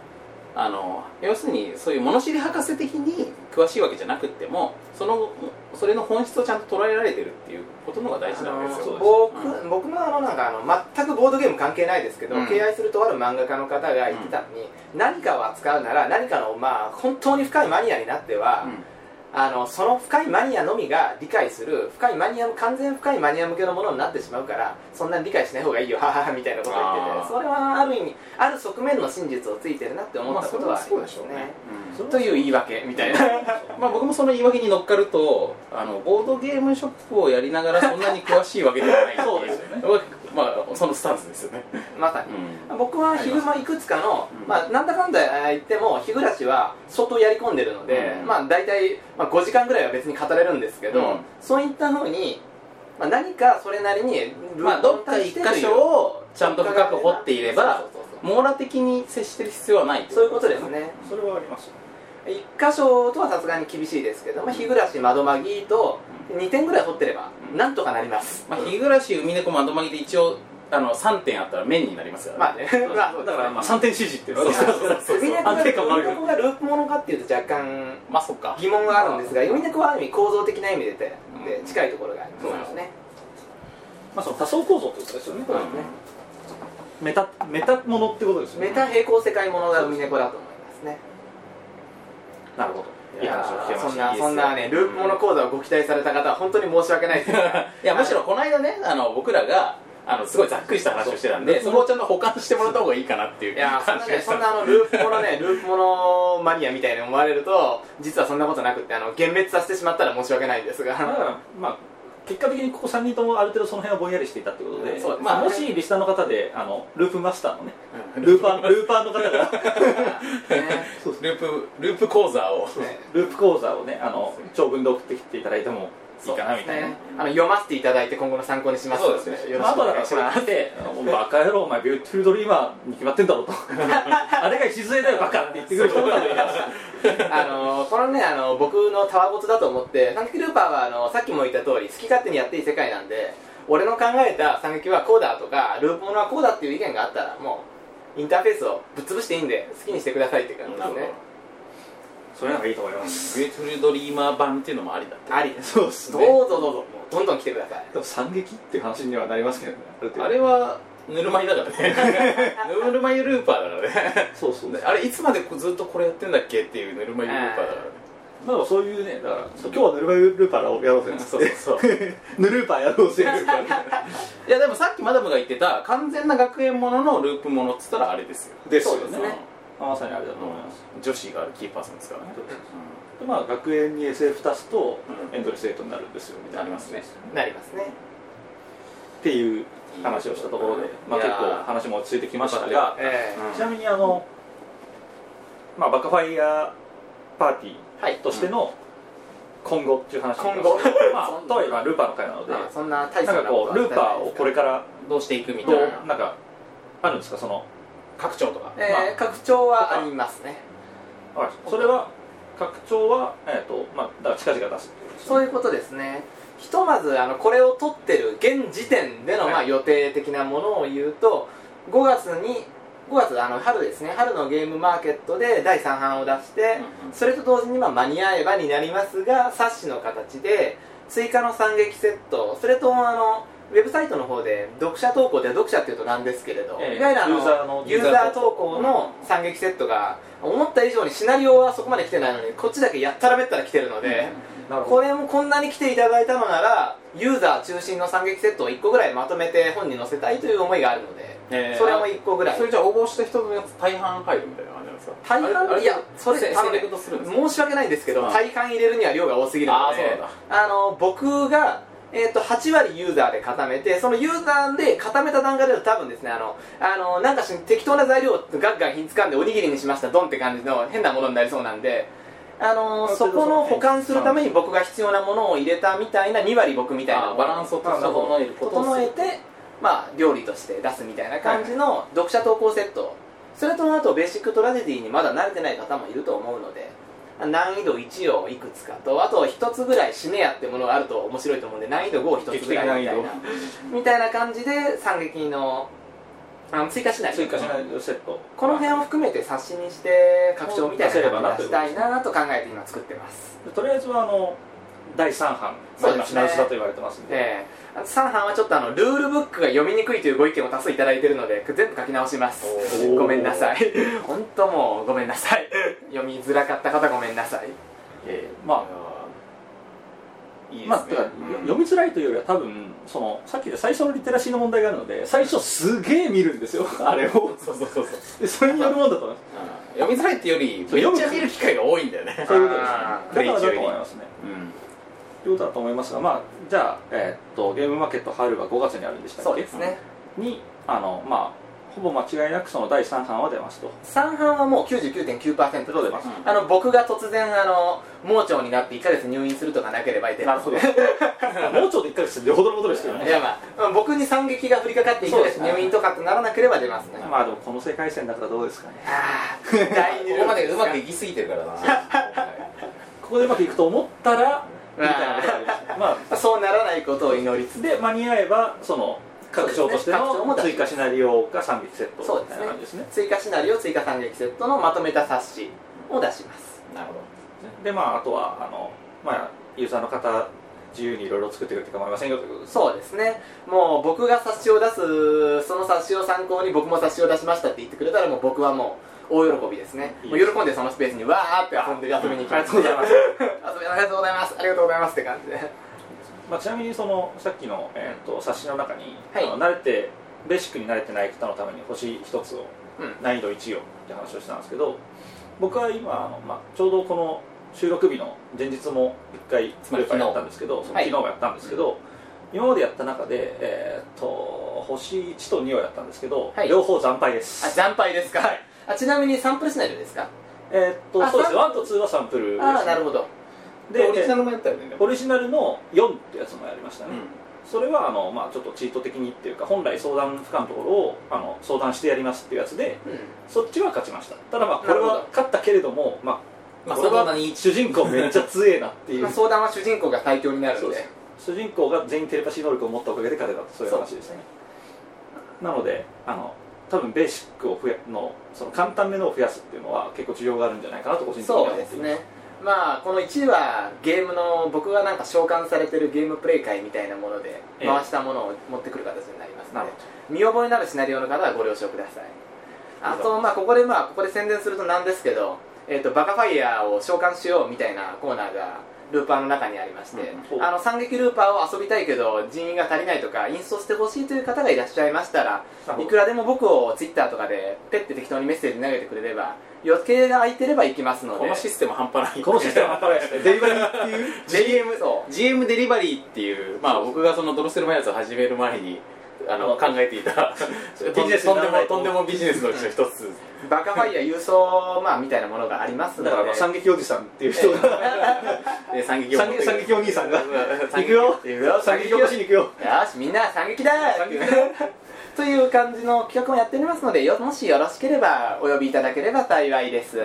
あの要するにそういう物知り博士的に詳しいわけじゃなくってもそのそれの本質をちゃんと捉えられてるっていうことの方が大事なわけです
そ
よ
う
僕
う
僕のあのなんかあの全くボードゲーム関係ないですけど、
うん
敬愛するとある漫画家の方が言ってたのに、何かを扱うなら何かのまあ本当に深いマニアになっては、
うん
あのその深いマニアのみが理解する深いマニア完全深いマニア向けのものになってしまうからそんなに理解しない方がいいよはははみたいなことを言って
あー
てそれはある意味ある側面の真実をついてるなって思ったことはありますね,、
それは
という言い訳みたいな
うんまあ僕もその言い訳に乗っかるとあのボードゲームショップをやりながらそんなに詳しいわけでは ないってい
そうですよね
まあそのスタンスですよね、
まさに僕は昼間いくつかの
うん
まあ、なんだかんだ言っても日暮らしは相当やり込んでるので、
うん
まあ、大体、まあ、5時間ぐらいは別に語れるんですけど、
うん
そういったふうに、まあ、何かそれなりに
まあどっか一箇所をちゃんと深く掘っていれば
そうそうそうそう
網羅的に接してる必要はないって
そういうことですね
それはありますよ
一箇所とはさすがに厳しいですけど、まあ、日暮らし窓まぎと2点ぐらい掘ってればなんとかなります、
まあ、日暮らし、海猫、まとまぎで一応あの3点あったら面になりますから、
まあねまあ
だからまあ3点指示っていうの
そう
は
そうそうそう
海猫が
安定感もあるけど
海猫がループものかっていうと若干
まあそっか
疑問があるんですが読み猫はある意味構造的な意味でてで近いところがありますね
まあその多層構造ってことですよね
そうですね
メタメタものってことですよね
メタ平行世界ものが海猫だと思いますね
なるほど
いや
話を聞けました
ーそ
い
ん
い
な
ですよ
そんなねループもの講座をご期待された方は本当に申し訳ない ですが
いやむしろこの間ねあの僕らがあのすごいざっくりした話をしてたんで
そ
そうこをちゃんと保管してもらった方がいいかなっていう
いやーそんな
話
ね
でし
そ
た
んなあのループものねループものマニアみたいに思われると実はそんなことなくってあの幻滅させてしまったら申し訳ないんです
だか
が
らまあ結果的にここ3人ともある程度その辺はぼんやりしていたってことで,、
そうですね
まあ、もしリスナーの方であのループマスターのね
うん
ルーパールーパーの方が
ね
そうですね
ループループ講座を
ね
ループ講座をねあの長文で送ってきていただいてもいいかなみたいな、
ねあの読ませていただいて今後の参考にしますの
そうですね
よろ
まあ、あ
しく
と
お
だか
願
ら
いし
これ
ます
見て「お前バカ野郎お前ビューティフルドリーマーに決まってんだろ」と「あれが礎だよバカ」って言ってくる人もいる
あのこのねあの僕のたわごとだと思って三撃ルーパーはあのさっきも言った通り好き勝手にやっていい世界なんで俺の考えた三撃はこうだとかループものはこうだっていう意見があったらもうインターフェースをぶっ潰していいんで好きにしてくださいって感じですね
それなんかいいと思います
グレートフルドリーマー版っていうのもありだ
あり
そうっす
どうぞどうぞもうどんどん来てください
でも惨劇っていう話にはなりますけどねある程度
あれはぬるま湯だから ねぬるま湯ルーパーだからね
そうそうそう
あれいつまでずっとこれやってんだっけっていうぬるま湯ルーパーだからね
だからそういうねだからそう今日はぬるま湯ルーパーをやろうぜっつ
そ
っ
う
て
そう
ぬるーパーやろ うぜ
いやでもさっきマダムが言ってた完全な学園もののループものっつったらあれですよ
ですよ
そうです
ね
ね
まさにあれだと思います、
女子がキーパーソンですからね
でまあ学園に SF 足すと
うん
エンドレスエイトになるんですよみた
ないり
な
ますね
なりますね
っていう話をしたところで、まあ、
いや
結
ー
構話も落ち着いてきました
よか
が
っ
ええ
ちなみにあの、まあ、バカファイアパーティ
はい
ーとしての今後っていう話
今後
まあ、とはいえまあルーパーの回なので
まあそんな大
な
層
んか
な
こうルーパーをこれから
どうしていくみた
ど
いうな
なんかあるんですかその
拡張とか
ええ拡張はありますね
それは拡張は、えーとまあ、だから近々出す
そういうことですねひとまずあのこれを撮ってる現時点での、ま
は
あ、予定的なものを言うと5月に5月あの春ですね春のゲームマーケットで第3版を出して、
うんうん
それと同時に、まあ、間に合えばになりますが冊子の形で追加の三撃セットそれとあのウェブサイトの方で読者投稿で読者っていうとなんですけれど、
ええ
いわゆるあの
ユーザーの
ユーザー投稿の三撃セットが思った以上にシナリオはそこまで来てないのにこっちだけやったらめったら来てるので、
なる
これもこんなに来ていただいたのならユーザー中心の三撃セットを1個ぐらいまとめて本に載せたいという思いがあるので、
えー
それも1個ぐらい
それじゃあ応募した人のやつ大半入るみたいな感じなんですか
大
あれあ
半
れ
いやそれ
セ
多分
セレクトするんですか
申し訳ないんですけど
ああ
大半入れるには量が多すぎるの
ああそうなん
で
だ
あの僕が、えー、と8割ユーザーで固めてそのユーザーで固めた段階では多分ですねあのあのなんかし適当な材料をガンガンひんつかんでおにぎりにしましたドンって感じの変なものになりそうなんで。あの
あ
そ
そう
この
そう
保管するために僕が必要なものを入れたみたいな2割僕みたい
あ
な
ーバランスを整えることを
整えて、まあ、料理として出すみたいな感じの読者投稿セット、それとあとベーシックトラジディにまだ慣れてない方もいると思うので難易度1をいくつかとあと1つぐらい死ねやってものがあると面白いと思うんで難易度5を1つぐらいみたいな
劇的難
みたいな感じで惨劇のあの追加しない
追加しないセット
この辺を含めて冊子にして拡張みたいな感じに出したいなと考えて今作ってます
とりあえずはあの第3版
そ
ま
うで
あ
すね
品薄だと言われてますんで、
ええ3版はちょっとあのルールブックが読みにくいというご意見を多数いただいてるので全部書き直します
おー
ごめんなさい 本当もうごめんなさい読みづらかった方ごめんなさい
えーま
いやーいいですね、
あまあ、てかよ読みづらいというよりは多分そのさっきで最初のリテラシーの問題があるので最初すげえ見るんですよあれを
そうそうそうそう
でそれによるもんだと思いま
うん読みづらいってより
そう
め
読
っ
む
ちゃ見る機会が多いんだよね
すそういうことですね
あー
だからだと思いますね
うん
ということだと思いますがまあじゃあ、えーっとゲームマーケット春は5月にあるんでしたっけ
そうですね
にあのまあほぼ間違いなくその第3版は出ますと
3版はもう99.9%
ということでまあ
うん
あの僕が突然あの盲腸になって1ヶ月入院するとかなければいけない
どもうちょっと1ヶ月でよほどのことですけどね
いやまあまあ僕に惨劇が降りかかって1ヶ月
そうですね
入院とかってならなければ出ますね
まあでもこの世界線だからどうですかね
ああ第
こ
二
こ
ル
ま
ール
で
です
う
か
まくいきすぎてるからなはい
ここでうまくいくと思ったらみたいなことがありましたま
そうならないことを祈りつ
あ
つ
で間に合えばその拡張として
そうですね拡張も
の
出しま
追加シ
す
ナリオが3匹セットみ
そうで
たい
すね
な感じですね
追加シナリオ追加三撃セットのまとめた冊子を出します
なるほど
でまああとはあのまあユーザーの方自由にいろいろ作ってくれて構いませんよということです
そうですねもう僕が冊子を出すその冊子を参考に僕も冊子を出しましたって言ってくれたらもう僕はもう大喜びですね
いい
もう喜んでそのスペースにわーって遊んで遊びに行き
ありが
ます
と うございます
遊びありがとうございますありがとうございますって感じで
まあちなみにそのさっきのえっと冊子の中に
はい
あの慣れてベーシックに慣れてない方のために星1つを
うん
難易度1をって話をしたんですけど僕は今あの、まあ、ちょうどこの収録日の前日も1回
つまり
ルーパ
昨
ー
日
やったんですけどその
はい
昨日もやったんですけど、今までやった中で、えーっと星1と2をやったんですけど、
はい
両方惨敗で
あ
す
惨敗ですか、
はい
あちなみにサンプルシナリオですか
えーっと
あ
そうですね
サ
1と2はサンプルです、ね、
ああなるほど
で
オリジナルもやったよねでも
オリジナルの4ってやつもやりましたね、
うん
それはあの、まあ、ちょっとチート的にっていうか本来相談不可のところをあの相談してやりますっていうやつで
うん
そっちは勝ちましたただまあこれ
なるほ
は
ど
勝ったけれども、まあ、
まあ
これは
そんなに
主人公めっちゃ強えなっていう
まあ、相談は主人公が最強になる
そ
ん
う
で
です主人公が全員テレパシー能力を持ったおかげで勝てたとそういう話ですねなのであの多分ベーシックを増やのその簡単めのを増やすっていうのは結構需要があるんじゃないかなと個人的には
そう
思
で
って
す
います
ねまあこの1はゲームの僕がなんか召喚されてるゲームプレイ会みたいなもので
ええ
回したものを持ってくる形になります
な
の
る
で、見覚えのあるシナリオの方はご了承くださいあとまあここでまあここで宣伝するとなんですけど、えっとバカファイヤーを召喚しようみたいなコーナーがルーパーの中にありまして、
うん
ほう
あの惨劇ルーパーを遊びたいけど人員が足りないとかインストしてほしいという方がいらっしゃいましたら
なるほど
いくらでも僕をツイッターとかでペッて適当にメッセージ投げてくれれば余計が空いてれば行きますので
このシステム半端ない
このシステムは分からデリバリーっていう
GM そう
GM デリバリーっていう、まあ、僕がそのドロセルマイヤーズを始める前にあの考えていたと
ビジネスに
ん
な
で
らな
も
いと
とんでもビジネスのうちの一つ
バカファイヤー郵送、まあ、みたいなものがありますので
だからあの惨劇おじさんっていう人が
で惨劇を
惨劇惨劇お兄さんが 「行
行
くよ
惨
惨
劇
劇おしに行くよ
よしみんな惨劇だ
惨劇
という感じの企画もやっておりますのでよもしよろしければお呼びいただければ幸いです、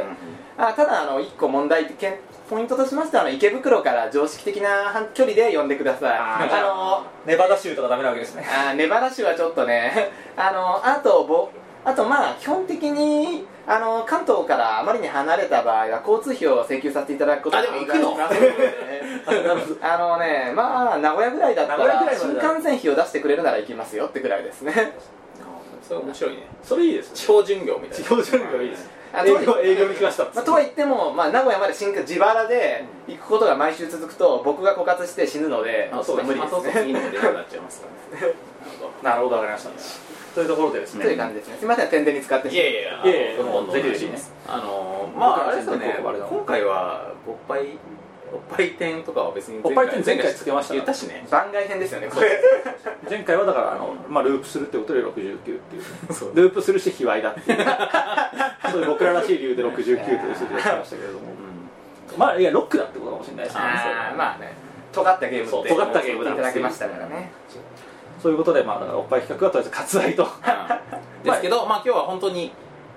あただあの1個問題点ポイントとしましてはあの池袋から常識的な距離で呼んでください
あー
あの
ネバダ州とかダメなわけですね
あーネバダ州はちょっとね あのあとぼあとまあ基本的にあの関東からあまりに離れた場合は交通費を請求させていただくこと
あでも行くの
考えてますので あのねまあ名古屋ぐらいだった
名古屋ぐら
ら
いま
新
でだ
幹線費を出してくれるなら行きますよってぐらいですね
それ面白いね
それいいです
地方巡業みたい
地
な
方巡業いいです
あ
営
と
業営業に来ました
まあ、とは言っても、まあ、名古屋まで新幹自腹で行くことが毎週続くと僕が枯渇して死ぬので
あそう
ちょっと無理
あ
で
そう
す
そう
ね
次のでなくなっちゃいますからねなるほ
なるほどわかりましたというところでですね
という感じですねすいません宣伝に使って
ど い
しま
や
って
いや
いやいや
あの
もうぜひぜひね
あのまああれですよね
僕ら全然
今回はおっぱいおっぱい店とかは別に
おっぱい店前回つけましたか
言
ら
ったしね
番外編ですよねこれ
前回はだからあの、まあ、ループするってことで69っていう
そう
ループするし卑猥だって いうそういう僕ららしい理由で69という数字がつきましたけれどもまあいやロックだってことかもしれないですね
あーまあね尖ったゲーム
そう
で
尖ったゲームだ
いただきましたから ね
そういうことでまあだからおっぱい企画はとりあえず割愛と
うん ですけど、まあ、今日は本当に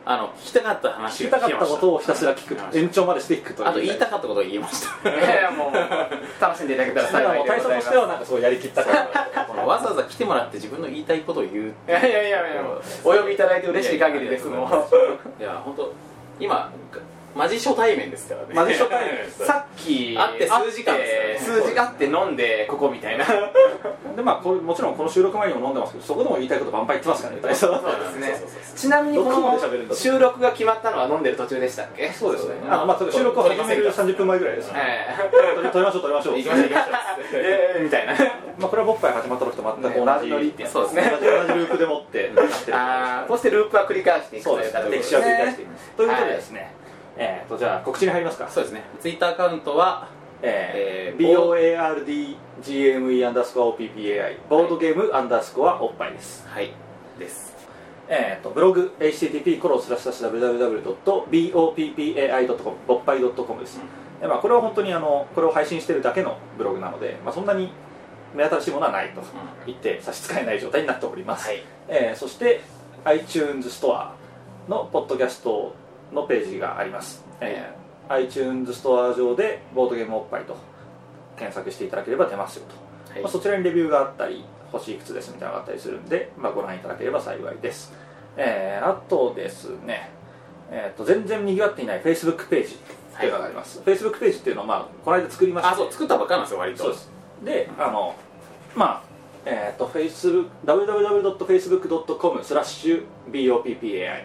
あの聞きたかった
聞
話
き
が
たか
聞
っ
け
た
まし
ことをひたすら聞
聞
く
き
延長までしていくという
あと言いたかったことを言いました
いやいやもう楽しんでいただけたら
だからも
幸いうで
対
ご
策と
ざいま
し
す
てはなんかそうやりきったから
こ のわざわざ来てもらって自分の言いたいことを言う
いやいやいやいやお呼びいただいて嬉しい限りですもう
いや本当今マジ初対面ですからね
マジ初対面
面さ
さっき
会って数時間
会って
そう
数時間会って飲んでここみたいなそう
でまあこれもちろんこの収録前にも飲んでますけどそこでも言いたいことバンバン言ってますからね大佐は
ですね
そうそうそう
ちなみにこ
どこまで喋るん
の
だ
収録が決まったのは飲んでる途中でしたっけ
そうですね
そう
あのまあ収録を始める30分前ぐらいですね
え
撮りましょう撮りましょう
行きましょう行きまし
えええみたいな
まあこれはボッパイ始まった時と全く同じ
同じノリってやつですね
同じ同じループでも ってなってる
ああそしてループは繰り返していく
そう
と
で
い
す
う形
歴
です
史は
ね
繰り返していきますということでですね、えーとじゃあ告知に入りますか
ょうそうですねツイッターアカウントは
え
え
ー
ー
BOARDGME アンダースコア OPPAI ボードゲームアンダースコアおっぱいです、
はいです
えー、とブログ http コロスラッシュ www.boppai.com ぼっぱい .com です、でまあ、これは本当にあのこれを配信してるだけのブログなので、まあ、そんなに目新しいものはないと言って差し支えない状態になっております、
はい
えーそして iTunes ストアのポッドキャストのページがあります、えー iTunes ストア上でボードゲームおっぱいと検索していただければ出ますよと、
はい
まあ、そちらにレビューがあったり星いくつですみたいなのがあったりするんで、まあ、ご覧いただければ幸いです、えーあとですね、えーと全然にぎわっていない Facebook ページというのがあります、Facebook ページっていうのは、まあ、この間作りました
あそう作ったばっかなんですよ割と
そうですであのまあえっ、ー、と Facebook www.facebook.com スラッシュ BOPPAI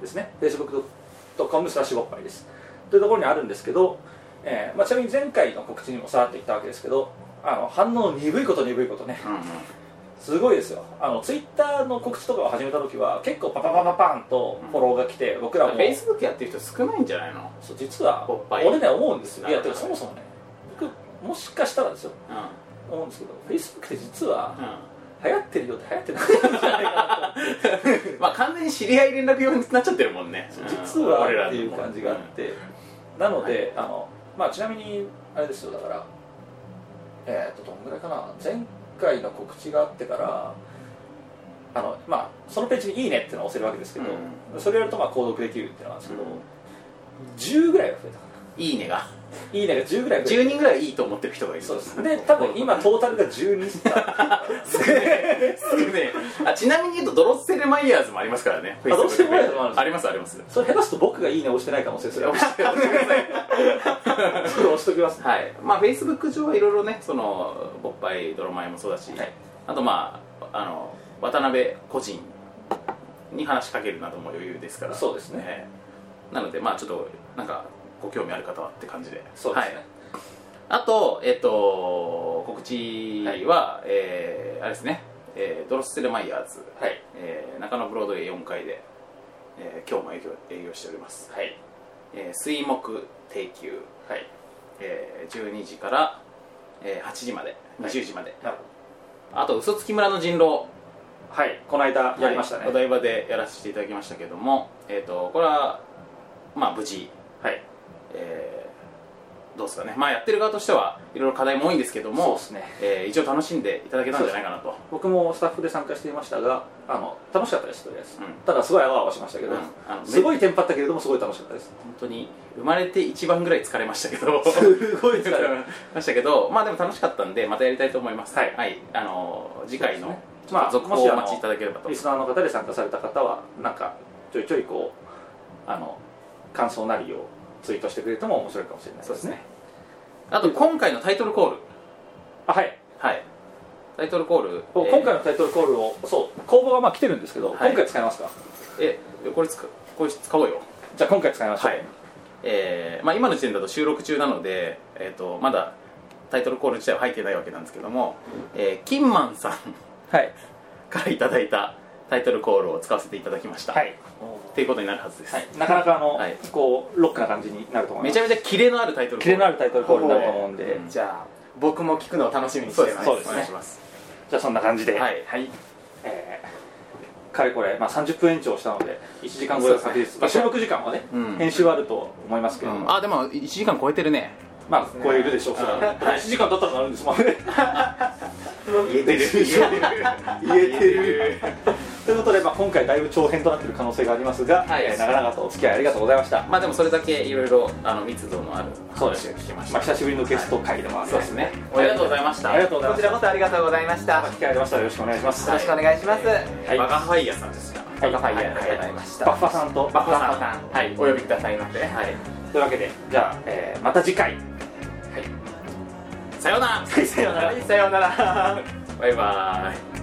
ですね facebook.com スラッシュぼっぱいですというところにあるんですけど、えーまあ、ちなみに前回の告知にもさらっと言ったわけですけどあの反応の鈍いこと鈍いことね
うんうん
すごいですよあのツイッターの告知とかを始めた時は結構パパパパパンとフォローが来て僕らも
フェイスブックやってる人少ないんじゃないの
そう実は
おっぱい
俺ね思うんですよいや
なる
て
ほど
かそもそもね僕もしかしたらですよ
うん
思うんですけど Facebook って実は
う
流行ってるよって流行ってないんじゃないかなと
んまあ完全に知り合い連絡用になっちゃってるもんね
実
うん
は
俺らの
っていう感じがあってなのであのまあちなみにあれですよだからえっとどんぐらいかな前回の告知があってからあのまあそのページに「いいね」っていうのを押せるわけですけどそれやるとまあ購読できるっていうのなんですけど10ぐらいは増えたか
うんいいねが
いいねが10ぐらい増え
10人ぐらいいいと思ってる人がいる
そうですで多分今トータルが12だ った
少ねえあちなみに言うとドロッセルマイヤーズもありますからね
あドロッセルマイヤーズもあるんですか
ありますあります
それ下手すると僕がいいね押してない可能性ですよちょっと押しときます
はいまあフェイスブック上はいろいろねその勃発泥前もそうだし、
はい
あとまああの渡辺個人に話しかけるなども余裕ですから
そうですね
ええなのでまあちょっとなんかご興味ある方はって感じで
そうですね
はい、あとえっ、と告知は、えーあれですね、えードロッセルマイヤーズ、
はい
えー中野ブロードウェイ4階で、えー今日も営業営業しております、
はい
えー水木定休、
はい
えー12時から、えー8時まで20時まで、
なるほ
あと嘘つき村の人狼
どはいこの間やりましたね
はいお台場でやらせていただきましたけども、えー、とこれはまあ無事、
はい
えーどうですかねまあやってる側としてはいろいろ課題も多いんですけど
そう
も
ですね
えー一応楽しんでいただけたんじゃないかなと
僕もスタッフで参加していましたがあの楽しかったですとりあえず、
うん
ただすごいあわあわしましたけど、
うんあの
すごいテンパったけれどもすごい楽しかったです
本当に生まれて一番ぐらい疲れましたけど
すごい疲れ
疲れましたけどまあでも楽しかったんでまたやりたいと思いますはい、あのー次回
そう
の
ですね
ちょっと続報を
ま
お
あもしあの
待ちいただければと、
リスナーの方で参加された方はなんかちょいちょいこうあの感想なりをツイートしてくれても面白いかもしれないですね
あと今回のタイトルコール
あはい
はいタイトルコール
お今回のタイトルコールをそう公募がまあ来てるんですけど、
はい
今回使いますか
えーえこれ使うこれ使おうよ
じゃあ今回使いましょう
はいえーまあ、今の時点だと収録中なので、えー、とまだタイトルコール自体は入ってないわけなんですけども、えー、キンマンさん
はい
からいただいたタイトルコールを使わせていただきました、
はい
っていうことになるはずです、
なかなかあの、
はい
こうロックな感じになると思
め
いま
ちゃ
す
めちゃキレのあるタイトルコール
キレのあるタイトルコールになると思うんで、
うん
じゃ
じゃあ僕も聞くのを楽しみにしてます
そうです
お願
そうで
い
す
します
あそんな感じで、
はい、はい、
えーかれこれ、まあ、30分延長したので1時間超えが確実、まあ、収録時間はね、
うん
編集はあると思いますけ
う
ど、
ん、あでも1時間超えてるね
まあ超えるでしょうそれ
は
はい1時間経ったらなるんですもんね
言えてる言えてる
言えてる ということで、まあ、今回だいぶ長編となっている可能性がありますが、
はい
えー長々とお付き合いありがとうございました
まあでもそれだけいろいろあの密度のある話が聞きました
まあ、久しぶりのゲスト会でもあり
そう
ま
です
す
ねありがとうございました
ありがとうござい
こ
ま
ち
す
らこそありがとうございましたよ
機会ありましたらよろしくお願いします
ろしくお願いします
はい
バカファイヤーさんですか
バカファイヤーでございました
バッファさんと
バッファさんはいお呼びくださいませはい
というわけでじゃあ、えーまた次回
さようなら
さようなら
はいさようなら
バイバーイ